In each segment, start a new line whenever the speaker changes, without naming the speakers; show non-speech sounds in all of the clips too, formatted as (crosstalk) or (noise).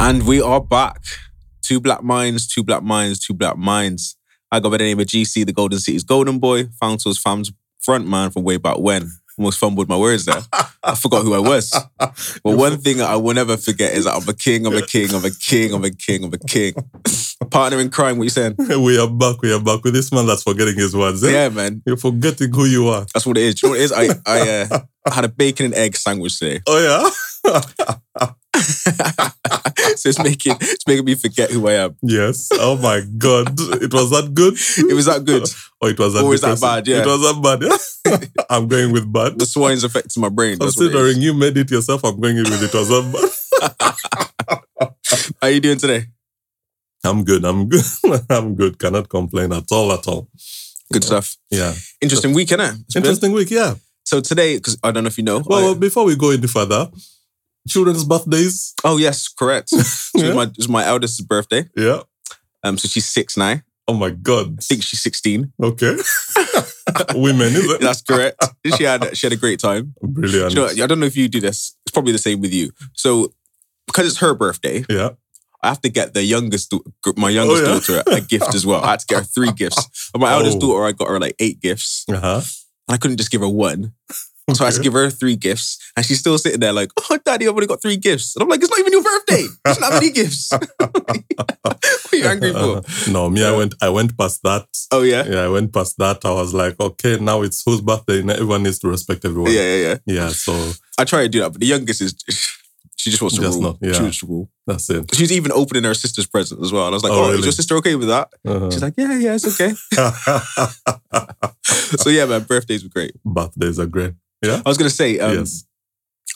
And we are back. Two black minds, two black minds, two black minds. I go by the name of GC, the Golden City's Golden Boy, Fountain's fam's front man from way back when. Almost fumbled my words there. I forgot who I was. But one thing I will never forget is that I'm a king, I'm a king, I'm a king, I'm a king, I'm a king. Partner in crime, what you saying?
(laughs) we are back. We are back with this man that's forgetting his words. eh?
Yeah, man.
You're forgetting who you are.
That's what it is. Do you know what it is? I, I uh, had a bacon and egg sandwich today. (laughs)
Oh yeah. (laughs)
so it's making it's making me forget who I am.
Yes. Oh my God. It was that good.
(laughs) It was that good.
Or it was that.
Or is that
depressing?
bad? Yeah.
It was that
(laughs)
bad. (laughs) I'm going with bad.
The swine's affecting my brain. That's what it
Considering
is.
you made it yourself, I'm going with it was that bad. (laughs)
How you doing today?
I'm good. I'm good. (laughs) I'm good. Cannot complain at all. At all.
Good stuff.
Yeah.
Interesting week, innit? It's been-
Interesting week. Yeah.
So today, because I don't know if you know.
Well,
I-
well, before we go any further, children's birthdays.
oh yes,
(laughs)
correct. So
Yeah.
it's, my, it's my eldest's birthday.
Yeah.
Um, so she's six now. I
Oh my God.
think she's sixteen.
Okay. (laughs) Women, is
(laughs)
it?
That's
(laughs)
correct. she had she had a great time.
Brilliant.
Do you know, I don't know if you do this. It's probably the same with you. So because it's her birthday,
Yeah.
I have to get the youngest, dau- gr- my youngest
Oh, yeah.
daughter a gift as well. I had to get her three
(laughs)
gifts. And my eldest
Oh.
daughter, I got her like eight gifts,
Uh huh.
and I couldn't just give her one. So I had to
Okay.
give her three gifts, and she's still sitting there like, "Oh, daddy, I've only got three gifts." And I'm like, "It's not even your birthday. You shouldn't have any gifts. (laughs) what are (laughs) you angry for?"
(laughs) No, me, I
Yeah.
went I went past that.
Oh yeah,
Yeah, I went past that. I was like, okay, now it's whose birthday and everyone needs to respect everyone.
yeah, yeah, yeah.
Yeah, so
I try to do that, but the youngest is (sighs) she just wants to
Just
rule.
not- yeah.
She wants to rule.
that's it.
She's even opening her sister's present as well. And I was like,
Oh,
"Oh,
really?
is your sister okay with that?"
Uh-huh.
She's like, "Yeah, yeah, it's
(laughs)
okay." so yeah, man, birthdays were great.
Birthdays are great.
I was gonna say, um,
yes.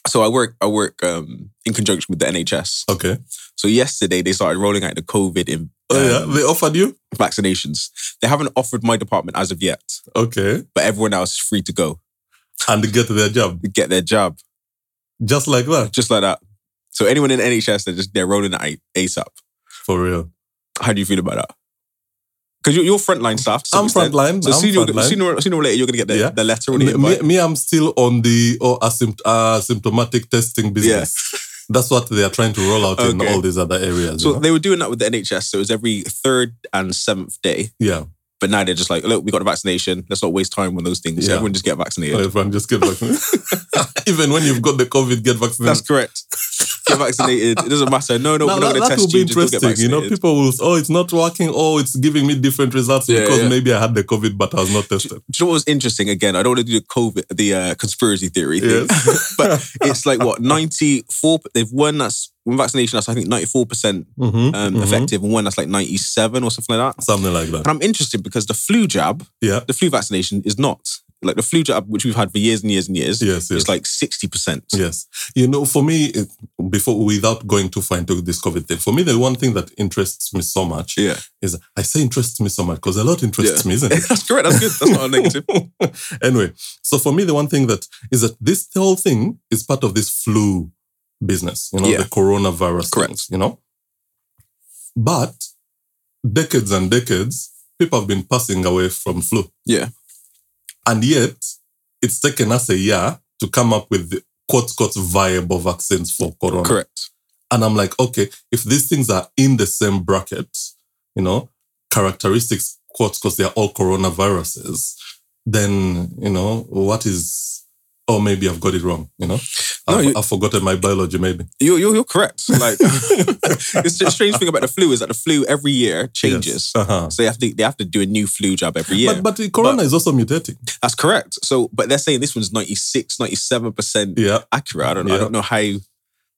so I work, I work um, in conjunction with the NHS.
Okay.
So yesterday they started rolling out the COVID in,
Oh
um,
yeah, they offered you?
vaccinations. They haven't offered my department as of yet,
Okay.
but everyone else is free to go
And get their job.
to get their jab,
Just like that.
just like that. So anyone in NHS, they're just they're rolling it ASAP.
For real.
How do you feel about that? Because you're, you're frontline staff. To some
I'm
extent.
frontline.
So
I'm
sooner,
frontline.
sooner, sooner or later, you're gonna get the,
Yeah.
the letter or the
me,
invite.
me, me, I'm still on the oh, asympt- uh, symptomatic
(laughs)
testing business. That's what they are trying to roll out in
Okay.
all these other areas.
so
you know?
they were doing that with the NHS. So it was every third and seventh day.
yeah,
But now they're just like, look, we got a vaccination. Let's not waste time on those things.
Yeah.
Everyone just get vaccinated.
everyone Oh, just get vaccinated. (laughs) Even when you've got the COVID, get vaccinated.
That's correct. Get vaccinated. It doesn't matter. No, no,
Now,
we're
that,
not going to
that
test
will be
you. Just go get
interesting. You
vaccinated.
know, people will, oh, it's not working. Oh, it's giving me different results
Yeah,
because
yeah.
maybe I had the COVID, but I was not
(laughs)
tested.
Do you know what was interesting? Again, I don't want to do the COVID, the uh, conspiracy theory thing,
(laughs) Yes.
but (laughs) it's like what ninety four. They've one that's one vaccination that's I think ninety four percent
Mhm,
um
mhm.
effective, and one that's like ninety seven or something like that.
Something like
And
that.
I'm interested because the flu jab,
Yeah.
the flu vaccination is not like the flu jab, which we've had for years and years and years.
Yes, yes.
It's like sixty percent.
Yes. You know, for me, it- before, without going too far into this COVID thing, for me, the one thing that interests me so much
Yeah,
is I say interests me so much because a lot interests me, isn't
(laughs)
it?
that's correct. That's good. That's not a
(laughs)
negative.
anyway, so for me, the one thing that is that this whole thing is part of this flu business, you know,
Yeah.
the coronavirus.
Correct.
things, you know? But decades and decades, people have been passing away from flu.
Yeah.
And yet, it's taken us a year to come up with the quote, quote, viable vaccines for corona.
Correct.
And I'm like, okay, if these things are in the same bracket, you know, characteristics, quotes, because they are all coronaviruses, then, you know, what is, oh, maybe I've got it wrong, you know?
No,
I've,
you-
I've forgotten my
(laughs)
biology, maybe.
You're you're, you're correct. Like it's the strange thing about the flu is that the flu every year changes.
(laughs) Yes. Uh-huh.
So they have to they have to do a new flu jab every year.
But, but the corona is also mutating.
That's correct. So but they're saying this one's 96, 97%
Yeah.
accurate. I don't know. I
Yeah.
don't know how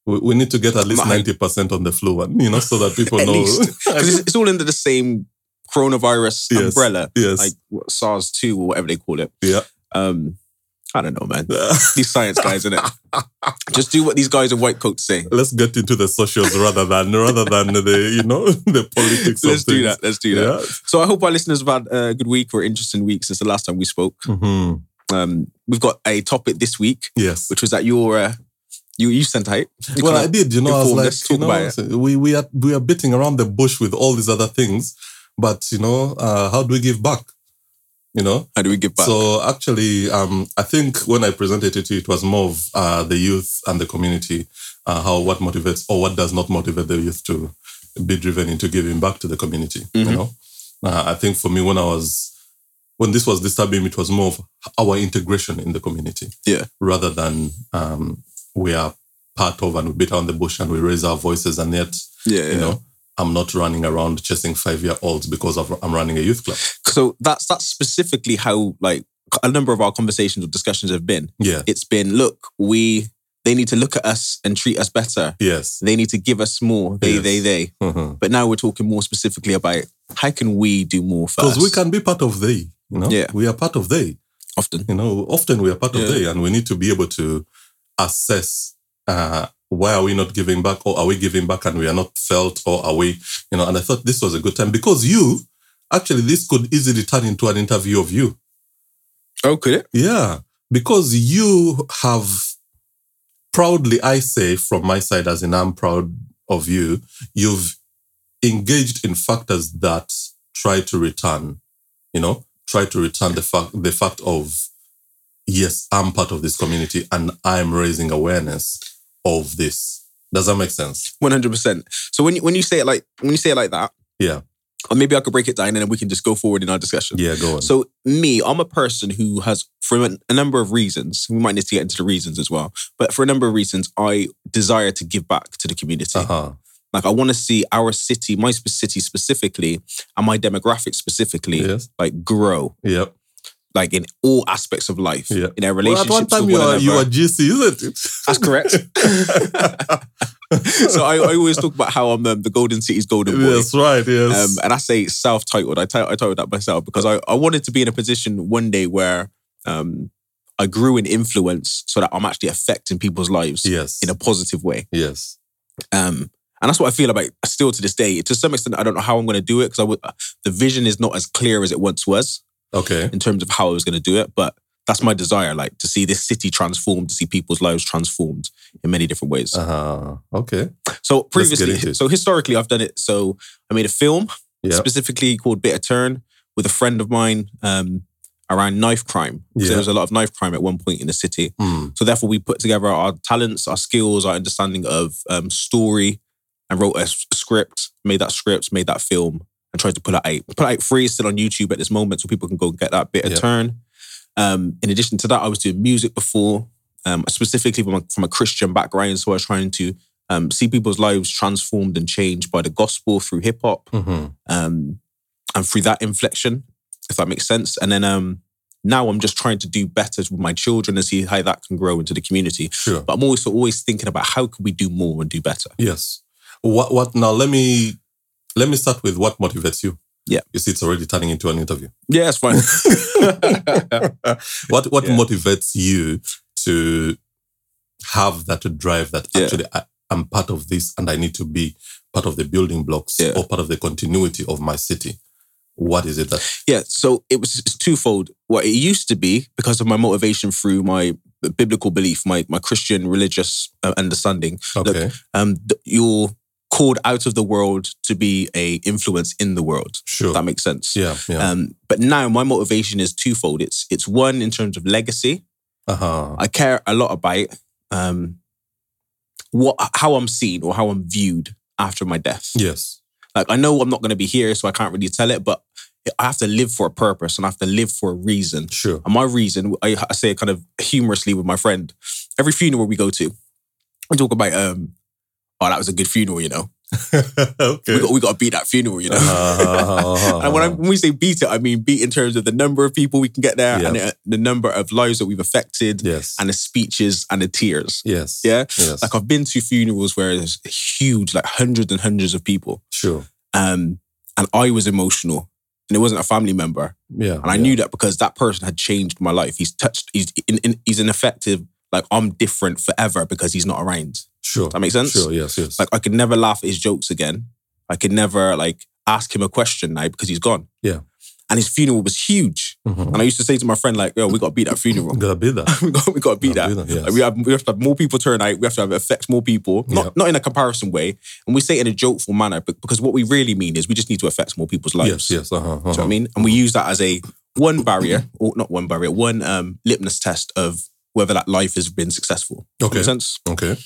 We, we need to get at least
Mine.
90% on the flu one, you know, so that
(laughs)
people
At
know.
least. because it's, it's all under the same coronavirus
Yes.
umbrella,
(laughs) yes.
like what, SARS-2 or whatever they call it.
Yeah.
Um I don't know,
(laughs)
man. These science guys, innit? Just do what these guys in white coats say.
Let's get into the socials rather than rather than the you know (laughs) the politics.
(laughs)
of
Let's do
things.
that. Let's do that. So I hope our listeners have had a good week or interesting week since the last time we spoke.
Yeah. hmm
Um, we've got a topic this week,
Yes.
which was that your uh, you you sent out. You
well, I
kinda-
did. You know, I was
informed.
like,
Let's
you
talk about
know,
it.
so we we are we are beating around the bush with all these other things, but you know, uh, how do we give back? You know,
how do we give back?
so actually, um, I think when I presented it to you, it was more of uh, the youth and the community uh, how what motivates or what does not motivate the youth to be driven into giving back to the community.
Mhm.
You know, uh, I think for me when I was when this was disturbing, it was more of our integration in the community,
Yeah.
rather than um, we are part of and we beat around the bush and we raise our voices and yet
Yeah, yeah.
you know I'm not running around chasing five year olds because of, I'm running a youth club.
So that's that's specifically how like a number of our conversations or discussions have been.
Yeah.
It's been look, we they need to look at us and treat us better.
Yes. (laughs)
They need to give us more. They,
Yes.
they, they.
Because
But now we're talking more specifically about how can we do more first?
we can be part of they. You know.
Yeah.
We are part of they.
often.
you know often we are part
Yeah.
of they and we need to be able to assess uh why are we not giving back or are we giving back and we are not felt or are we you know and i thought this was a good time because you actually this could easily turn into an interview of you
Oh, could it?
yeah because you have proudly i say from my side as in i'm proud of you you've engaged in factors that try to return you know try to return the fact the fact of yes i'm part of this community and i'm raising awareness of this does that make sense
One hundred percent. So when you when you say it like when you say it like that,
Yeah.
Or maybe I could break it down and then we can just go forward in our discussion.
yeah go on
So me, I'm a person who has, for a number of reasons, we might need to get into the reasons as well. But for a number of reasons, I desire to give back to the community.
uh-huh
Like I want to see our city, my sp- city specifically, and my demographic specifically,
yes
like grow,
yep
like in all aspects of life,
Yeah.
in our
well at
relationships
one time
with
you
one
are
another.
you are gc isn't it
That's
(laughs)
correct. so I, I always talk about how I'm um, (laughs) the Golden City's golden boy.
that's right (laughs) yes
Um, and I say self-titled. I ti- I titled that myself because I, I wanted to be in a position one day where um, I grew in influence so that I'm actually affecting people's lives
yes
in a positive way.
yes
Um, and that's what I feel about still to this day. To some extent, I don't know how I'm going to do it because I would, the vision is not as clear as it once was
okay
in terms of how I was going to do it. But that's my desire, like to see this city transformed, to see people's lives transformed in many different ways.
Uh-huh. Okay.
So
into
previously,
it.
so historically, I've done it. So I made a film
Yeah.
specifically called Bitter Turn with a friend of mine um, around knife crime. So
Yeah.
There was a lot of knife crime at one point in the city.
Hmm.
Um, So therefore, we put together our talents, our skills, our understanding of um, story, and wrote a s- script. Made that script, made that film, and tried to put it out. Put it out free. It's still on YouTube at this moment, so people can go and get that bit of
Yeah.
turn. Um, in addition to that, I was doing music before, um, specifically from a, from a Christian background. So I was trying to um, see people's lives transformed and changed by the gospel through hip hop
Mhm.
um, and through that inflection, if that makes sense. And then um, now I'm just trying to do better with my children and see how that can grow into the community.
Sure.
But I'm also always thinking about how can we do more and do better.
yes. What what now let me let me start with what motivates you.
Yeah.
You see it's already turning into an interview.
Yeah, that's fine.
what what
Yeah.
motivates you to have that drive that
Yeah.
actually I, I'm part of this and I need to be part of the building blocks
Yeah.
or part of the continuity of my city. What is it that
yeah, so it was it's twofold. What it used to be because of my motivation through my biblical belief, my my Christian religious uh, understanding.
okay,
Um, th- you're called out of the world to be a influence in the world.
sure.
If that makes sense.
yeah, yeah.
Um, but now my motivation is twofold. It's it's one in terms of legacy.
uh-huh.
Uh, I care a lot about um, what how I'm seen or how I'm viewed after my death.
Yes.
Like I know I'm not going to be here, so I can't really tell it. But I have to live for a purpose and I have to live for a reason.
Sure. (laughs)
And my reason, I, I say it kind of humorously with my friend. Every funeral we go to, we talk about, um, oh, that was a good funeral, you know.
okay.
(laughs) We got we got to beat that funeral, you know.
(laughs) Uh-huh.
And when, I, when we say beat it, I mean beat in terms of the number of people we can get there
Yeah.
and uh, the, the number of lives that we've affected
yes.
and the speeches and the tears.
Yes.
Yeah.
Yes.
Like I've been to funerals where there's huge, like hundreds and hundreds of people.
sure.
Um, and I was emotional and it wasn't a family member.
Yeah.
And I knew that because that person had changed my life. He's touched, he's, in, in, he's ineffective. Like I'm different forever because he's not around.
Sure.
That makes sense?
Sure. Yes. Yes.
Like I could never laugh at his jokes again. I could never like ask him a question now because he's gone.
Yeah.
And his funeral was huge.
Mhm.
And I used to say to my friend, like, yo, we gotta beat that
(laughs)
funeral. (laughs)
Gotta be that.
we gotta we gotta beat that.
Gotta be that,
Like, we have we have to have more people turn out, we have to have affect more people. Not
Yeah.
not in a comparison way. And we say it in a jokeful manner, but because what we really mean is we just need to affect more people's lives.
Yes. Yes. yes. Uh-huh.
Do you know what I
uh-huh.
mean? And we use that as a one barrier, or not one barrier, one um litmus test of whether that life has been successful. Does that
Okay.
Make sense?
Okay.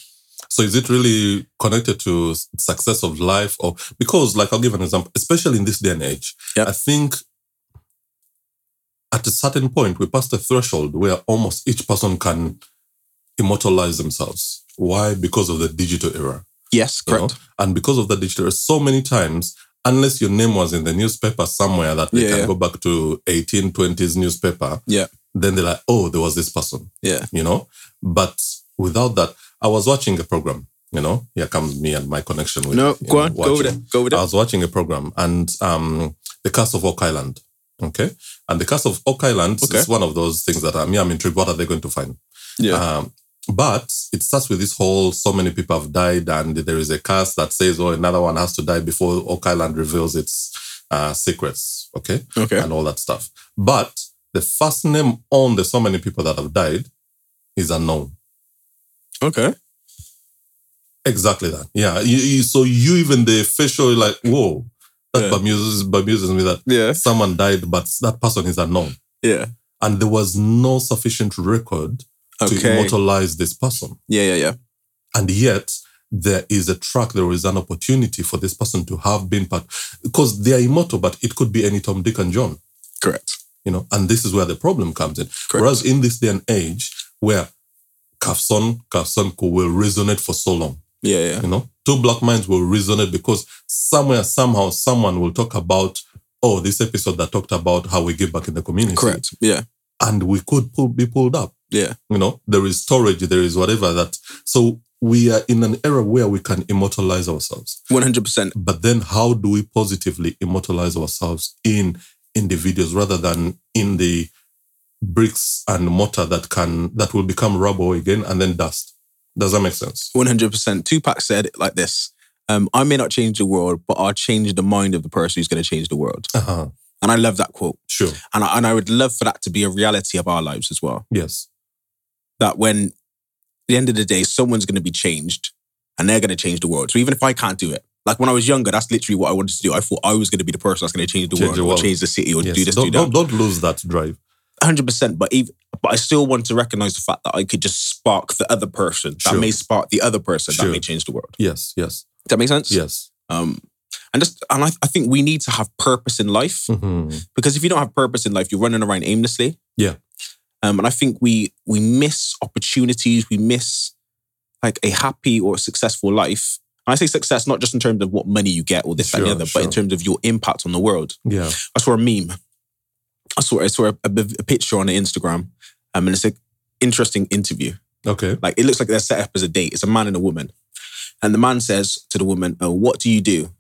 So is it really connected to s- success of life or because like I'll give an example, especially in this day and age,
Yep.
I think at a certain point we passed a threshold where almost each person can immortalize themselves. Why? Because of the digital era.
Yes,
you know?
correct.
And because of the digital era, so many times, unless your name was in the newspaper somewhere that they
Yeah,
can
yeah.
go back to 1820s newspaper,
Yeah.
then they're like, oh, there was this person
Yeah.
you know. But without that, I was watching a program, you know. Here comes me and my connection with
No,
you
go
know,
on. Go with
watching.
it. Go with
I
it.
was watching a program and um the cast of Oak Island. Okay. And the cast of Oak Island
Okay.
is one of those things that uh, I'm yeah, I'm intrigued. What are they going to find?
Yeah.
Um, but it starts with this whole so many people have died, and there is a curse that says, oh, another one has to die before Oak Island reveals its uh, secrets. Okay
Okay.
and all that stuff. But the first name on the so many people that have died is unknown.
Okay.
Exactly that. Yeah. You, you- so you even the facial like whoa that
Yeah.
bemuses bemuses me that
Yeah.
someone died but that person is unknown
Yeah.
and there was no sufficient record to
Okay.
immortalize this person
Yeah. Yeah. Yeah.
and yet there is a track there is an opportunity for this person to have been part because they are immortal but it could be any Tom Dick and John
Correct.
you know and this is where the problem comes in
Correct.
whereas in this day and age where Kafson, Kafson will resonate for so long
Yeah. Yeah.
you know two black minds will resonate because somewhere somehow someone will talk about oh this episode that talked about how we give back in the community
Correct. Yeah.
and we could pull, be pulled up
Yeah.
you know there is storage there is whatever that so we are in an era where we can immortalize ourselves
One hundred percent.
but then how do we positively immortalize ourselves in individuals rather than in the bricks and mortar that can that will become rubble again and then dust does that make sense
One hundred percent. Tupac said it like this: um, "I may not change the world, but I'll change the mind of the person who's going to change the world."
uh-huh
And I love that quote,
sure
and I, and I would love for that to be a reality of our lives as well.
yes
That when at the end of the day, someone's going to be changed, and they're going to change the world. So even if I can't do it. Like when I was younger, that's literally what I wanted to do. I thought I was going to be the person that's going to change the
Change
world,
the
or
world.
change the city, or
yes.
do this,
don't,
do that.
don't, don't lose that drive
hundred percent. But even but I still want to recognize the fact that I could just spark the other person. That
Sure.
may spark the other person. That
Sure.
may change the world.
yes yes
Does that make sense?
yes
Um, and just and I, I think we need to have purpose in life
hmm
because if you don't have purpose in life, you're running around aimlessly.
Yeah.
Um, and I think we we miss opportunities. We miss like a happy or successful life. And I say success not just in terms of what money you get or this that, and the
Sure,
other, but
sure.
in terms of your impact on the world.
yeah
I saw a meme. I saw I saw a, a, a picture on Instagram, um, and it's an interesting interview.
okay
Like it looks like they're set up as a date. It's a man and a woman, and the man says to the woman, oh, "What do you do?"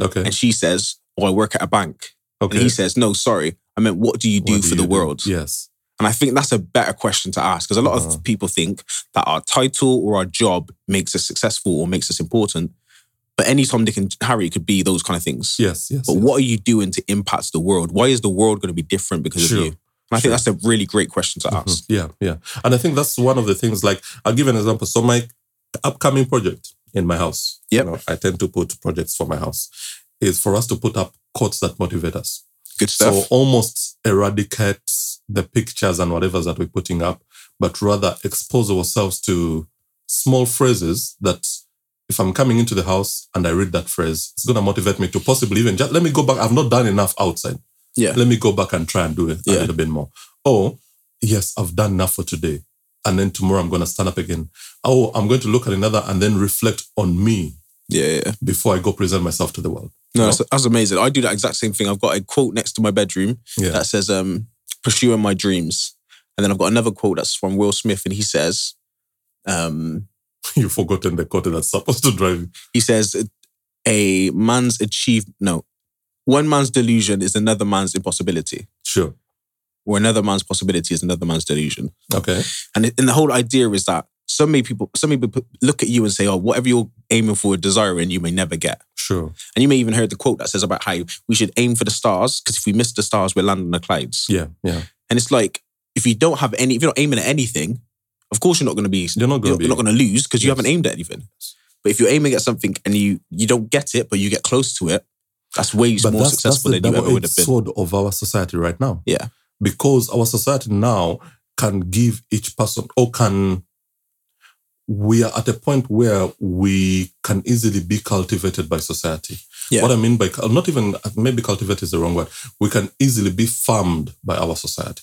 okay
And she says, "Oh, I work at a bank."
okay
And he says, "No, sorry, I meant what do you do
What
for
you
the world?"
yes
And I think that's a better question to ask because a lot
Uh-huh.
of people think that our title or our job makes us successful or makes us important. But any Tom, Dick, and Harry could be those kind of things.
yes yes
But
yes.
what are you doing to impact the world? Why is the world going to be different because
Sure.
of you? And I
Sure.
think that's a really great question to
Mhm.
ask.
Yeah, yeah. And I think that's one of the things, like, I'll give an example. So, my upcoming project in my house,
Yep.
I tend to put projects for my house, is for us to put up quotes that motivate us.
Good stuff.
So, almost eradicate the pictures and whatever that we're putting up, but rather expose ourselves to small phrases that. If I'm coming into the house and I read that phrase, it's going to motivate me to possibly even just let me go back. I've not done enough outside
yeah.
let me go back and try and do it a
Yeah.
little bit more. Oh, yes, I've done enough for today. And then tomorrow I'm going to stand up again. Oh, I'm going to look at another and then reflect on me
Yeah, yeah.
before I go present myself to the world. (laughs)
No, that's, that's amazing. I do that exact same thing. I've got a quote next to my bedroom
Yeah.
that says, um, pursuing my dreams. And then I've got another quote that's from Will Smith, and he says, um,
You've forgotten the quarter that's supposed to drive you.
he says, a man's achieve no, one man's delusion is another man's impossibility,
Sure.
or another man's possibility is another man's delusion.
Okay.
And and the whole idea is that so many people, so many people look at you and say, "Oh, whatever you're aiming for, desiring, you may never get."
Sure.
And you may even heard the quote that says about how we should aim for the stars because if we miss the stars, we'll land on the clouds.
Yeah. Yeah.
And it's like if you don't have any, if you're not aiming at anything, of course you're not going to be,
You're not going
you're,
to be.
you're not going to lose because you
Yes.
haven't aimed at anything. But if you're aiming at something and you you don't get it, but you get close to it, that's way
but
more
that's, that's
successful
the
than you ever
double
would
edged
have been.
sword of our society right now.
Yeah.
Because our society now can give each person or can we are at a point where we can easily be cultivated by society.
Yeah.
What I mean by cul- not even maybe cultivate is the wrong word. We can easily be farmed by our society,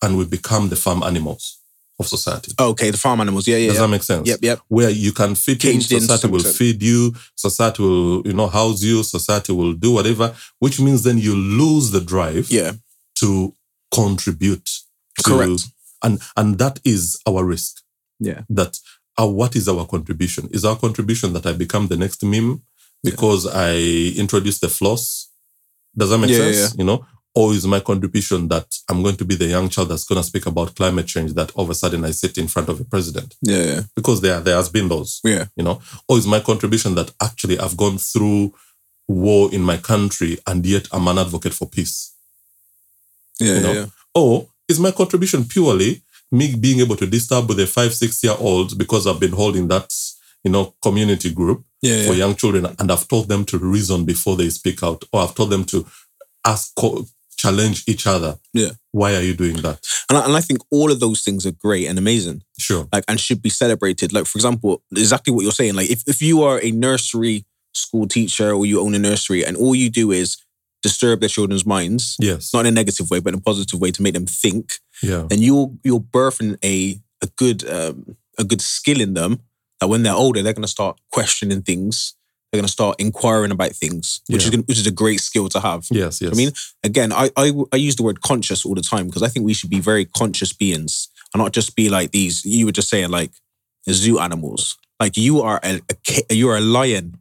and we become the farm animals of society.
Oh, Okay, the farm animals. Yeah, yeah.
Does
yeah.
that make sense?
Yep, yep.
Where you can fit in,
Caged in
society will
something.
feed you, society will you know house you, society will do whatever, which means then you lose the drive
Yeah.
to contribute. To,
Correct.
And and that is our risk.
Yeah.
That our, what is our contribution? Is our contribution that I become the next meme because I introduce the floss? Does that make
Yeah, yeah,
sense? You know. Or is my contribution that I'm going to be the young child that's going to speak about climate change that all of a sudden I sit in front of a president?
Yeah, yeah.
Because there, there has been those
Yeah.
you know or is my contribution that actually i've gone through war in my country and yet i'm an advocate for peace
Yeah,
You know?
yeah.
or is my contribution purely me being able to disturb with a five six year olds because i've been holding that you know community group
Yeah, yeah.
for young children and i've taught them to reason before they speak out or i've taught them to ask co- challenge each other
Yeah.
why are you doing that
And I, and I think all of those things are great and amazing,
sure
like and should be celebrated. Like for example, exactly what you're saying. Like if, if you are a nursery school teacher or you own a nursery and all you do is disturb their children's minds,
yes
not in a negative way, but in a positive way to make them think,
yeah
then you're you're birthing a a good um, a good skill in them that when they're older they're going to start questioning things. They're going to start inquiring about things, which is
Yeah.
gonna, which is a great skill to have.
yes yes
I mean, again, I, I I use the word conscious all the time because I think we should be very conscious beings and not just be like these. You were just saying like zoo animals. Like you are a, a ca- you are a lion.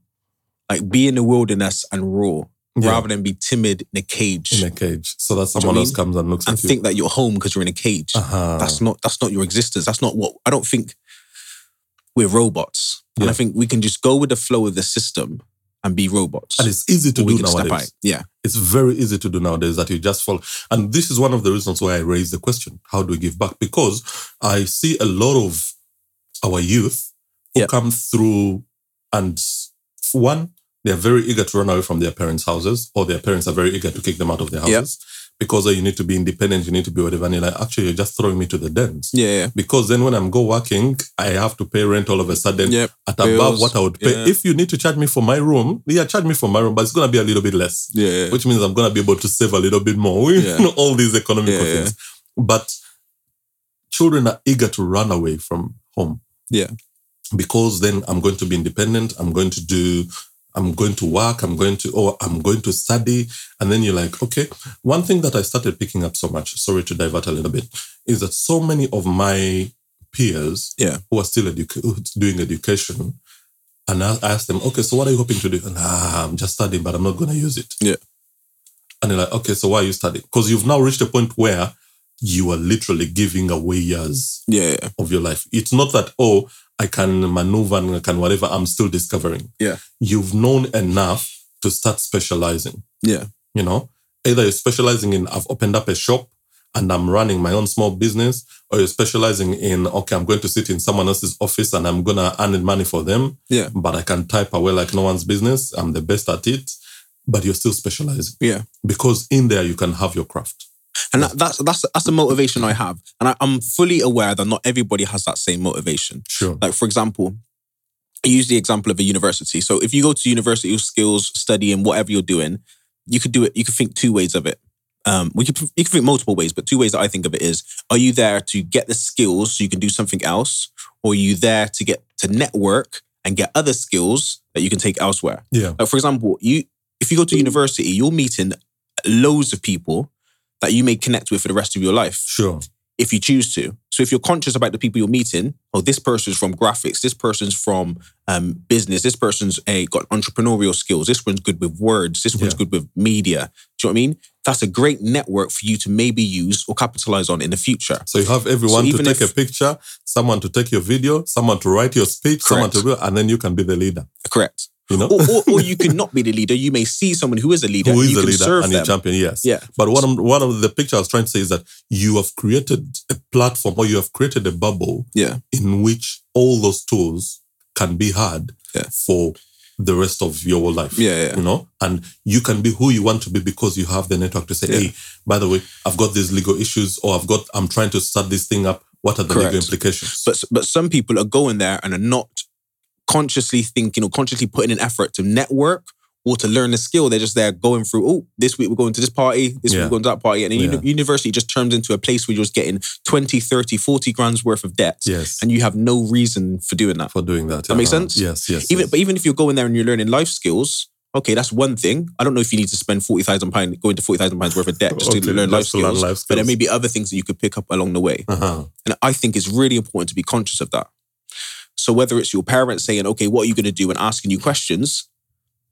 Like be in the wilderness and roar
Yeah.
rather than be timid in a cage
in a cage so that
you
someone else
mean?
comes and looks
and
at you
think that you're home because you're in a cage.
uh-huh.
That's not that's not your existence. That's not what I don't think we're robots. And
Yeah.
I think we can just go with the flow of the system and be robots.
and it's easy to
Or we
do
can step out.
nowadays.
Yeah.
It's very easy to do nowadays that you just follow. And this is one of the reasons why I raised the question how do we give back? Because I see a lot of our youth who
Yeah.
come through and for one, they're very eager to run away from their parents' houses, or their parents are very eager to kick them out of their
Yeah.
houses because oh, you need to be independent, you need to be whatever. And you're like, actually, you're just throwing me to the dens.
Yeah. yeah.
Because then when I'm go working, I have to pay rent all of a sudden
Yep.
at above
Bills,
what I would pay.
yeah.
If you need to charge me for my room, yeah, charge me for my room, but it's gonna be a little bit less,
Yeah. yeah.
which means I'm gonna be able to save a little bit more. You
Yeah.
know, (laughs) all these economical
Yeah, yeah.
things. But children are eager to run away from home.
Yeah.
Because then I'm going to be independent, I'm going to do I'm going to work, I'm going to or I'm going to study. And then you're like, okay. One thing that I started picking up so much, sorry to divert a little bit, is that so many of my peers
Yeah.
who are still edu- who's doing education and I I asked them, okay, so what are you hoping to do? And, ah, I'm just studying, but I'm not going to use it.
Yeah.
And they're like, okay, so why are you studying? Because you've now reached a point where you are literally giving away years
Yeah, yeah,
of your life. It's not that, oh, I can maneuver and I can whatever, I'm still discovering.
Yeah.
You've known enough to start specializing.
Yeah.
You know, either you're specializing in, I've opened up a shop and I'm running my own small business, or you're specializing in, okay, I'm going to sit in someone else's office and I'm going to earn money for them.
Yeah.
But I can type away like no one's business. I'm the best at it. But you're still specializing.
yeah.
Because in there, you can have your craft.
And that, that's that's that's the motivation I have, and I, I'm fully aware that not everybody has that same motivation.
Sure.
Like for example, I use the example of a university. So if you go to university with skills, studying whatever you're doing, you could do it. You could think two ways of it. Um, we could you could think multiple ways, but two ways that I think of it is: Are you there to get the skills so you can do something else, or are you there to get to network and get other skills that you can take elsewhere?
Yeah.
Like for example, you if you go to university, you're meeting loads of people that you may connect with for the rest of your life
Sure.
if you choose to. So if you're conscious about the people you're meeting, oh, this person's from graphics, this person's from um, business, this person's a, got entrepreneurial skills, this one's good with words, this one's
Yeah.
good with media. Do you know what I mean? That's a great network for you to maybe use or capitalize on in the future.
So you have everyone to
even
take
if-
a picture, someone to take your video, someone to write your speech, someone to
Correct.
do, and then you can be the leader.
Correct.
You know,
Or, or, or you could not be the leader. You may see someone who is a leader.
who
and
is
you
the
can
leader
serve
and
them.
your champion? Yes.
Yeah.
But one of, one of the picture I was trying to say is that you have created a platform or you have created a bubble
Yeah.
in which all those tools can be had
Yeah.
for the rest of your life.
Yeah, yeah.
You know, and you can be who you want to be because you have the network to say,
Yeah.
hey, by the way, I've got these legal issues or I've got, I'm trying to start this thing up. what are the
Correct.
legal implications?
But but some people are going there and are not consciously thinking or consciously putting in effort to network or to learn the skill. They're just there going through. Oh, this week we're going to this party. This week
Yeah.
we're going to that party. And then uni-
Yeah.
university just turns into a place where you're just getting 20, 30, 40 grand's worth of debt,
yes,
and you have no reason for doing that.
for doing that.
That makes
uh-huh.
sense?
Yes, yes.
Even
yes.
but even if you're going there and you're learning life skills. Okay, that's one thing. I don't know if you need to spend forty thousand pounds, go into forty thousand pounds worth of debt just
Okay,
to learn life
just to learn
skills.
life
But there may
skills.
be other things that you could pick up along the way.
uh-huh.
And I think it's really important to be conscious of that. So whether it's your parents saying, okay, what are you going to do and asking you questions,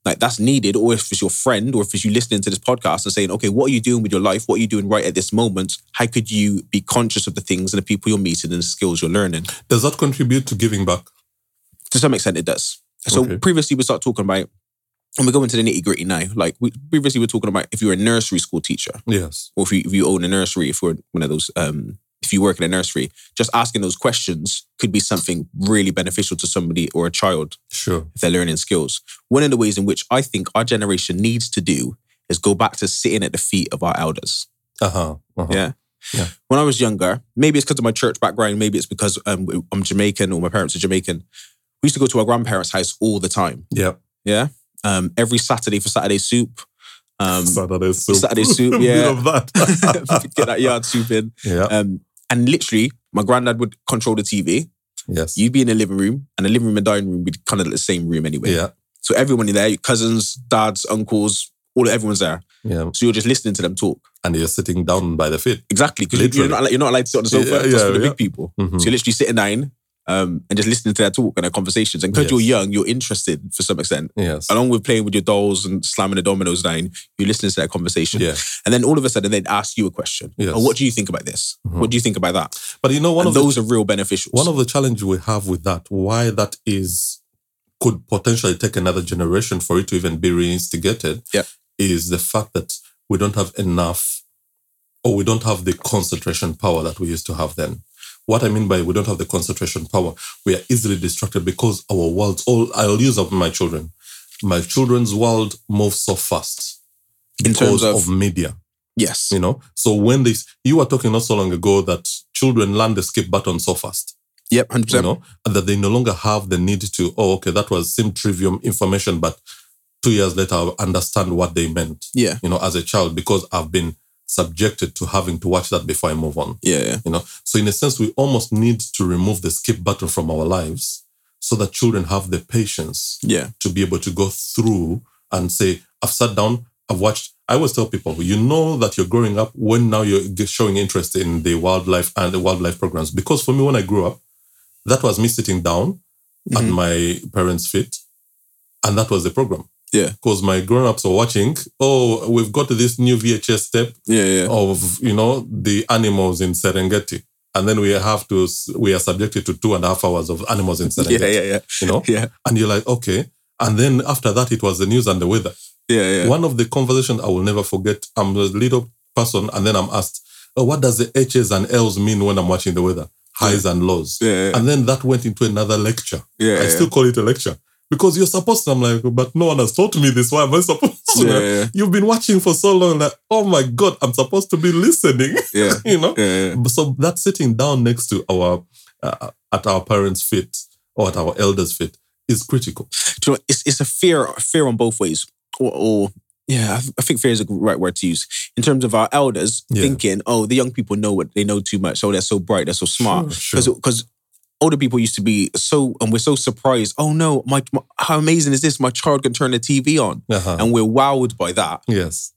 like that's needed, or if it's your friend, or if it's you listening to this podcast and saying, okay, what are you doing with your life? What are you doing right at this moment? How could you be conscious of the things and the people you're meeting and the skills you're learning?
Does that contribute to giving back?
To some extent, it does. So
Okay.
previously we started talking about, and we're going to the nitty gritty now. Like we, previously we were talking about if you're a nursery school teacher,
Yes.
or if you, if you own a nursery, if you're one of those, um, if you work in a nursery, just asking those questions could be something really beneficial to somebody or a child
Sure.
if they're learning skills. One of the ways in which I think our generation needs to do is go back to sitting at the feet of our elders.
Uh-huh. uh-huh.
Yeah.
Yeah.
When I was younger, maybe it's because of my church background, maybe it's because um, I'm Jamaican or my parents are Jamaican. We used to go to our grandparents' house all the time.
Yeah.
Um, every Saturday for Saturday soup.
(laughs)
Um,
Saturday soup.
Saturday soup,
(laughs) A
yeah.
Bit of that.
(laughs) get that yard soup in.
(laughs) yeah.
Um, and literally, my granddad would control the TV.
Yes.
You'd be in the living room, and the living room and dining room would be kind of the same room anyway.
yeah.
So everyone in there, your cousins, dads, uncles, all everyone's there.
Yeah.
So you're just listening to them talk.
And you're sitting down by the feet.
Exactly, because you're
Literally.
not allo- you're not allowed to sit on the sofa.
Yeah,
that's
yeah,
for the
yeah.
big people.
Mhm.
So you're literally sitting down um, and just listening to their talk and their conversations. And because
Yes.
you're young, you're interested for some extent.
Yes.
Along with playing with your dolls and slamming the dominoes down, you're listening to their conversation.
Yeah.
And then all of a sudden, they'd ask you a question.
Yes.
Oh, what do you think about this?
Mhm.
What do you think about that?
But you know, one
and
of the
those are real beneficials.
One of the challenges we have with that, why that is, could potentially take another generation for it to even be reinstigated,
Yep.
is the fact that we don't have enough or we don't have the concentration power that we used to have then. What I mean by we don't have the concentration power, we are easily distracted because our worlds, all I'll use up my children. My children's world moves so fast
in terms
because
of,
of media
yes,
you know so when they you were talking not so long ago that children learn the skip button so fast
yep, hundred
you
percent.
know and that they no longer have the need to oh okay that was some trivial information but two years later i'll understand what they meant
Yeah,
you know as a child because i've been subjected to having to watch that before i move on
yeah, yeah.
you know so in a sense we almost need to remove the skip button from our lives so that children have the patience
yeah.
to be able to go through and say, I've sat down, I've watched. I always tell people, you know that you're growing up when now you're g- showing interest in the wildlife and the wildlife programs. Because for me, when I grew up, that was me sitting down at
Mhm.
my parents' feet, and that was the program.
Yeah.
Because my grown-ups were watching, oh, we've got this new VHS step
yeah, yeah,
of you know the animals in Serengeti. And then we have to s- we are subjected to two and a half hours of animals in Serengeti.
yeah, yeah, yeah,
You know?
yeah,
And you're like, okay. And then after that, it was the news and the weather.
yeah, yeah.
One of the conversations I will never forget. I'm a little person, and then I'm asked, oh, "What does the H's and L's mean when I'm watching the weather? Highs and lows."
Yeah, yeah,
And then that went into another lecture.
yeah,
I
yeah.
still call it a lecture because you're supposed to. I'm like, but no one has taught me this. Why am I supposed to?
yeah, yeah,
You've been watching for so long. Like, oh my god, I'm supposed to be listening. (laughs)
yeah,
you know.
yeah, yeah.
So that sitting down next to our uh, at our parents' feet or at our elders' feet is critical.
(laughs) Do you know, what? it's it's a fear, fear on both ways, or, or yeah, I, th- I think fear is a right word to use in terms of our elders
Yeah.
thinking, oh, the young people know what they know too much, oh, they're so bright, they're so smart,
Sure,
because
sure.
because older people used to be so, and we're so surprised. Oh no, my, my how amazing is this? My child can turn the TV on,
Uh-huh.
and we're wowed by that.
yes.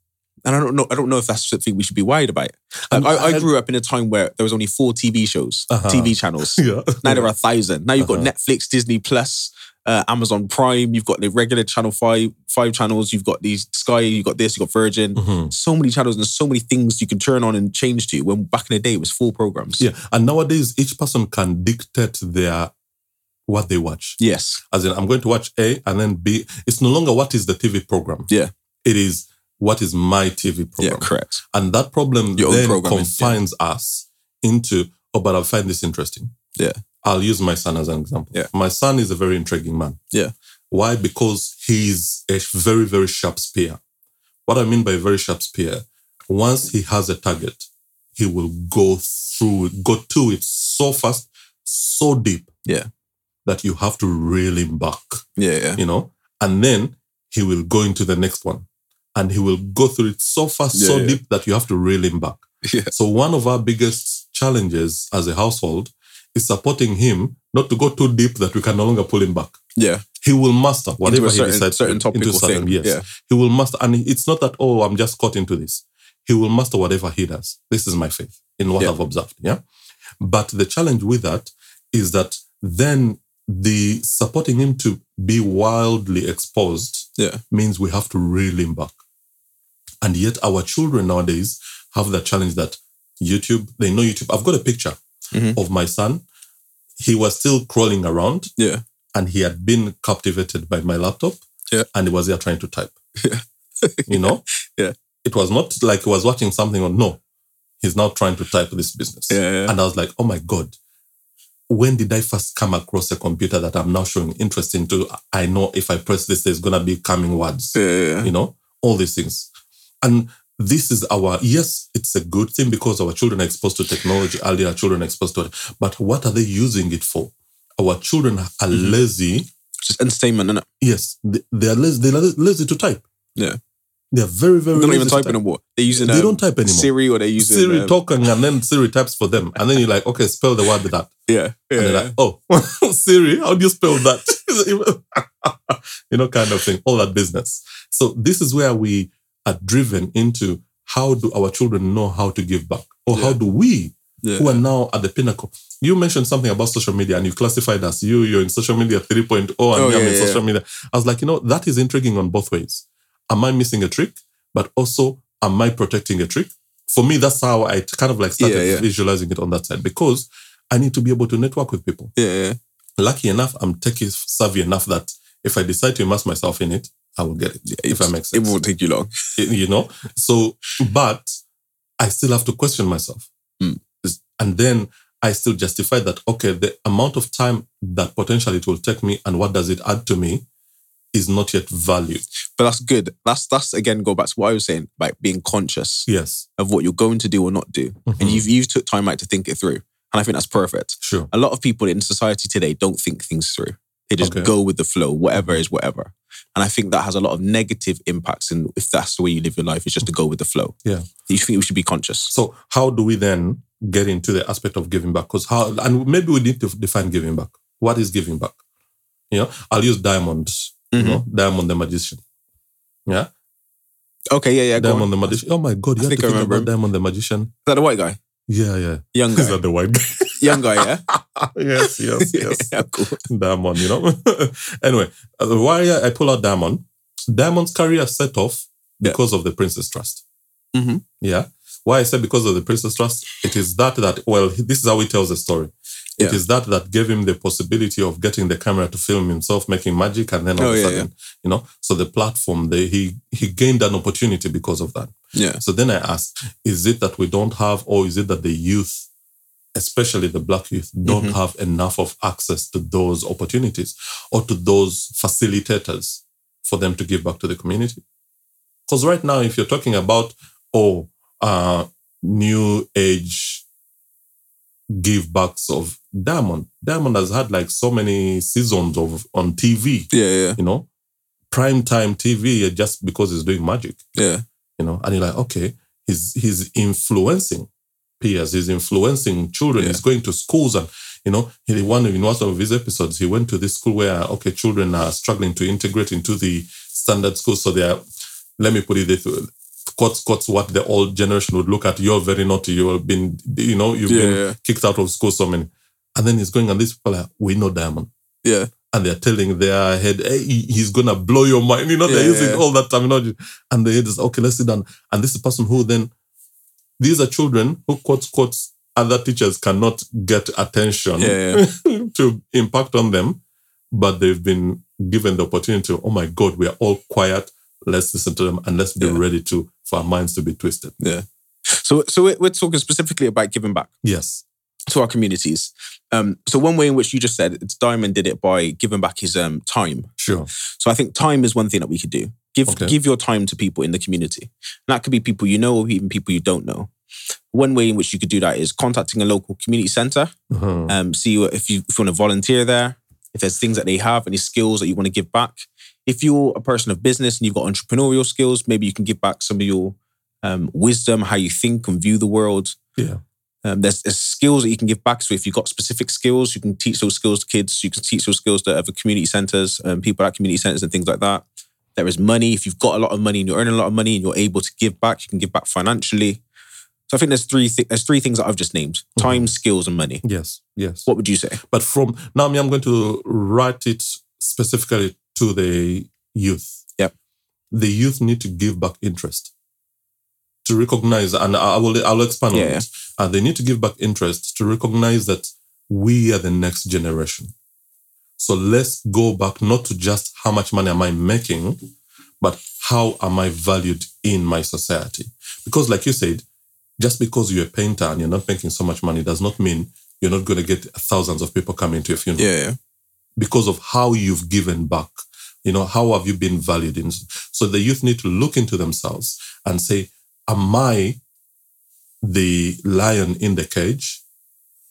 And I don't know. I don't know if that's something we should be worried about. Like,
And
I, I
I-
grew up in a time where there was only four TV shows,
Uh-huh.
TV
(laughs)
channels.
(laughs) Yeah.
Now there are a thousand. Now you've
Uh-huh.
got Netflix, Disney Plus, uh, Amazon Prime. You've got the regular channel five five channels. You've got these Sky. You've got this. You've got Virgin.
Mhm.
So many channels and so many things you can turn on and change to. When back in the day it was four programs.
Yeah. And nowadays, each person can dictate their what they watch.
Yes.
As in, I'm going to watch A and then B. It's no longer what is the TV program.
Yeah.
It is what is my TV
Yeah.
program.
Correct.
and that problem
Your own
then
programming,
confines us into, oh, but I find this interesting.
Yeah.
I'll use my son as an example.
Yeah.
My son is a very intriguing man.
Yeah.
Why? Because he's a very, very sharp spear. What I mean by very sharp spear, once he has a target, he will go through it, go to it so fast, so deep.
Yeah.
That you have to reel him back,
Yeah, yeah.
you know? And then he will go into the next one. And he will go through it so fast,
Yeah,
so
yeah.
deep that you have to reel him back.
Yeah.
So one of our biggest challenges as a household is supporting him not to go too deep that we can no longer pull him back.
Yeah.
He will master
Into
whatever
a certain,
he decides
certain topic
into
or
certain-
thing.
Yes,
Yeah.
he will master, and it's not that oh, I'm just caught into this. He will master whatever he does. This is my faith in what
Yeah.
I've observed. Yeah, but the challenge with that is that then the supporting him to be wildly exposed
Yeah.
means we have to reel him back. And yet our children nowadays have that challenge that YouTube, they know YouTube. I've got a picture
Mhm.
of my son. He was still crawling around.
Yeah.
And he had been captivated by my laptop.
Yeah.
And he was there trying to type.
Yeah. (laughs)
you know?
Yeah.
It was not like he was watching something or no. He's now trying to type this business.
Yeah, yeah.
(laughs) And I was like, oh my God, when did I first come across a computer that I'm now showing interest into? I know if I press this, there's going to be coming words,
Yeah, yeah, yeah.
you know, all these things. And this is our, yes, it's a good thing because our children are exposed to technology, earlier children are exposed to it. But what are they using it for? Our children are
Mhm.
lazy.
Just entertainment, innit?
Yes, they, they are lazy, they are lazy to type.
Yeah.
They are very, very
They're not
lazy
even
to
typing anymore. They're using
They
um,
don't type anymore.
Siri or they're using
Siri
um,
talking and then Siri types for them. And then you're like, okay, spell the word with that.
Yeah, yeah,
And they're like, oh, (laughs) Siri, how do you spell that? (laughs) you know, kind of thing, all that business. So this is where we are driven into how do our children know how to give back? Or how
Yeah.
do we,
yeah.
who are now at the pinnacle? You mentioned something about social media and you classified us, you, you're in social media 3.0 and
Oh,
me, I'm
yeah,
in
yeah,
social media. I was like, you know, that is intriguing on both ways. Am I missing a trick? But also, am I protecting a trick? For me, that's how I kind of like started
Yeah, yeah.
visualizing it on that side because I need to be able to network with people
yeah, yeah.
lucky enough, I'm tech savvy enough that if I decide to immerse myself in it, I will get it. if I make
It
sense,
won't take you long.
you know. So, but I still have to question myself,
Hmm.
Is- and then I still justify that. Okay, the amount of time that potentially it will take me, and what does it add to me, is not yet valued.
But that's good. That's that's again go back to what I was saying, like being conscious
Yes,
of what you're going to do or not do. And
Mhm.
you've you've took time out to think it through. And I think that's perfect.
sure.
A lot of people in society today don't think things through. They just
Okay.
go with the flow, whatever is whatever. And I think that has a lot of negative impacts. And if that's the way you live your life, is just to go with the flow.
Yeah.
You think we should be conscious.
So, how do we then get into the aspect of giving back? Because how, and maybe we need to define giving back. What is giving back? You know, I'll use diamonds.
Mm-hmm.
you know, Diamond the Magician. Yeah,
Okay, yeah, yeah. Go on.
Diamond the Magician. Oh my God, you
I
have to
think I
think
remember
about
him.
Diamond the Magician.
Is that the white guy?
Yeah, yeah. (laughs)
Young
Is
guy.
that the white guy?
Young guy, yeah?
(laughs) yes, yes, yes.
yeah, cool.
Diamond, you know. (laughs) anyway, uh, why I pull out Diamond? Diamond's career set off
Yeah.
because of the Prince's Trust.
Mhm.
Yeah. Why I said because of the Prince's Trust, it is that that, well, he- this is how he tells the story. It
Yeah.
is that that gave him the possibility of getting the camera to film himself, making magic, and then all
Oh,
of a
yeah,
sudden, you know. So the platform, they, he he gained an opportunity because of that.
Yeah.
So then I asked, is it that we don't have, or is it that the youth, especially the black youth, don't
Mhm.
have enough of access to those opportunities or to those facilitators for them to give back to the community? Because right now, if you're talking about, oh, uh, new age give backs of Diamond, Diamond has had like so many seasons of on TV,
Yeah, yeah,
you know, prime time TV just because he's doing magic
yeah.
you know and you're like okay he's he's influencing peers he's influencing children
Yeah.
he's going to schools and you know he one in one of his episodes he went to this school where okay children are struggling to integrate into the standard school so they are let me put it this way quotes quotes what the old generation would look at you're very naughty you've been you know you've
Yeah,
been
yeah.
kicked out of school so many and then he's going and these people are like, we know diamond
Yeah.
and they're telling their head, hey, he- he's gonna blow your mind. You know, they're
Yeah,
using
yeah.
all that terminology. And the head is okay, let's sit down. And this is person who then these are children who quotes quotes other teachers cannot get attention
Yeah, yeah.
to impact on them, but they've been given the opportunity, oh my God, we are all quiet. Let's listen to them and let's be
Yeah.
ready to for our minds to be twisted.
So, so we're, we're talking specifically about giving back
Yes.
to our communities. Um, so one way in which you just said it's Diamond did it by giving back his um, time.
Sure.
So I think time is one thing that we could do. Give
Okay.
give your time to people in the community. And that could be people you know or even people you don't know. One way in which you could do that is contacting a local community center.
Uh-huh.
Um, see if you, if you want to volunteer there, if there's things that they have, any skills that you want to give back. If you're a person of business and you've got entrepreneurial skills, maybe you can give back some of your um, wisdom, how you think and view the world.
Yeah.
Um, there's, there's skills that you can give back. So if you've got specific skills, you can teach those skills to kids. You can teach those skills to other community centers, um, people at community centers, and things like that. There is money. If you've got a lot of money and you're earning a lot of money and you're able to give back, you can give back financially. So I think there's three thi- there's three things that I've just named: time, skills, and money.
Yes. Yes.
What would you say?
But from now, me, I'm going to write it specifically to the youth.
Yep.
The youth need to give back interest to recognize, and I will I'll expand
Yeah,
on
yeah.
it. Uh, they need to give back interest to recognize that we are the next generation. So let's go back not to just how much money am I making, but how am I valued in my society? Because, like you said, just because you're a painter and you're not making so much money does not mean you're not going to get thousands of people coming to your funeral
Yeah,
because of how you've given back. You know, how have you been valued in? So the youth need to look into themselves and say, Am I the lion in the cage?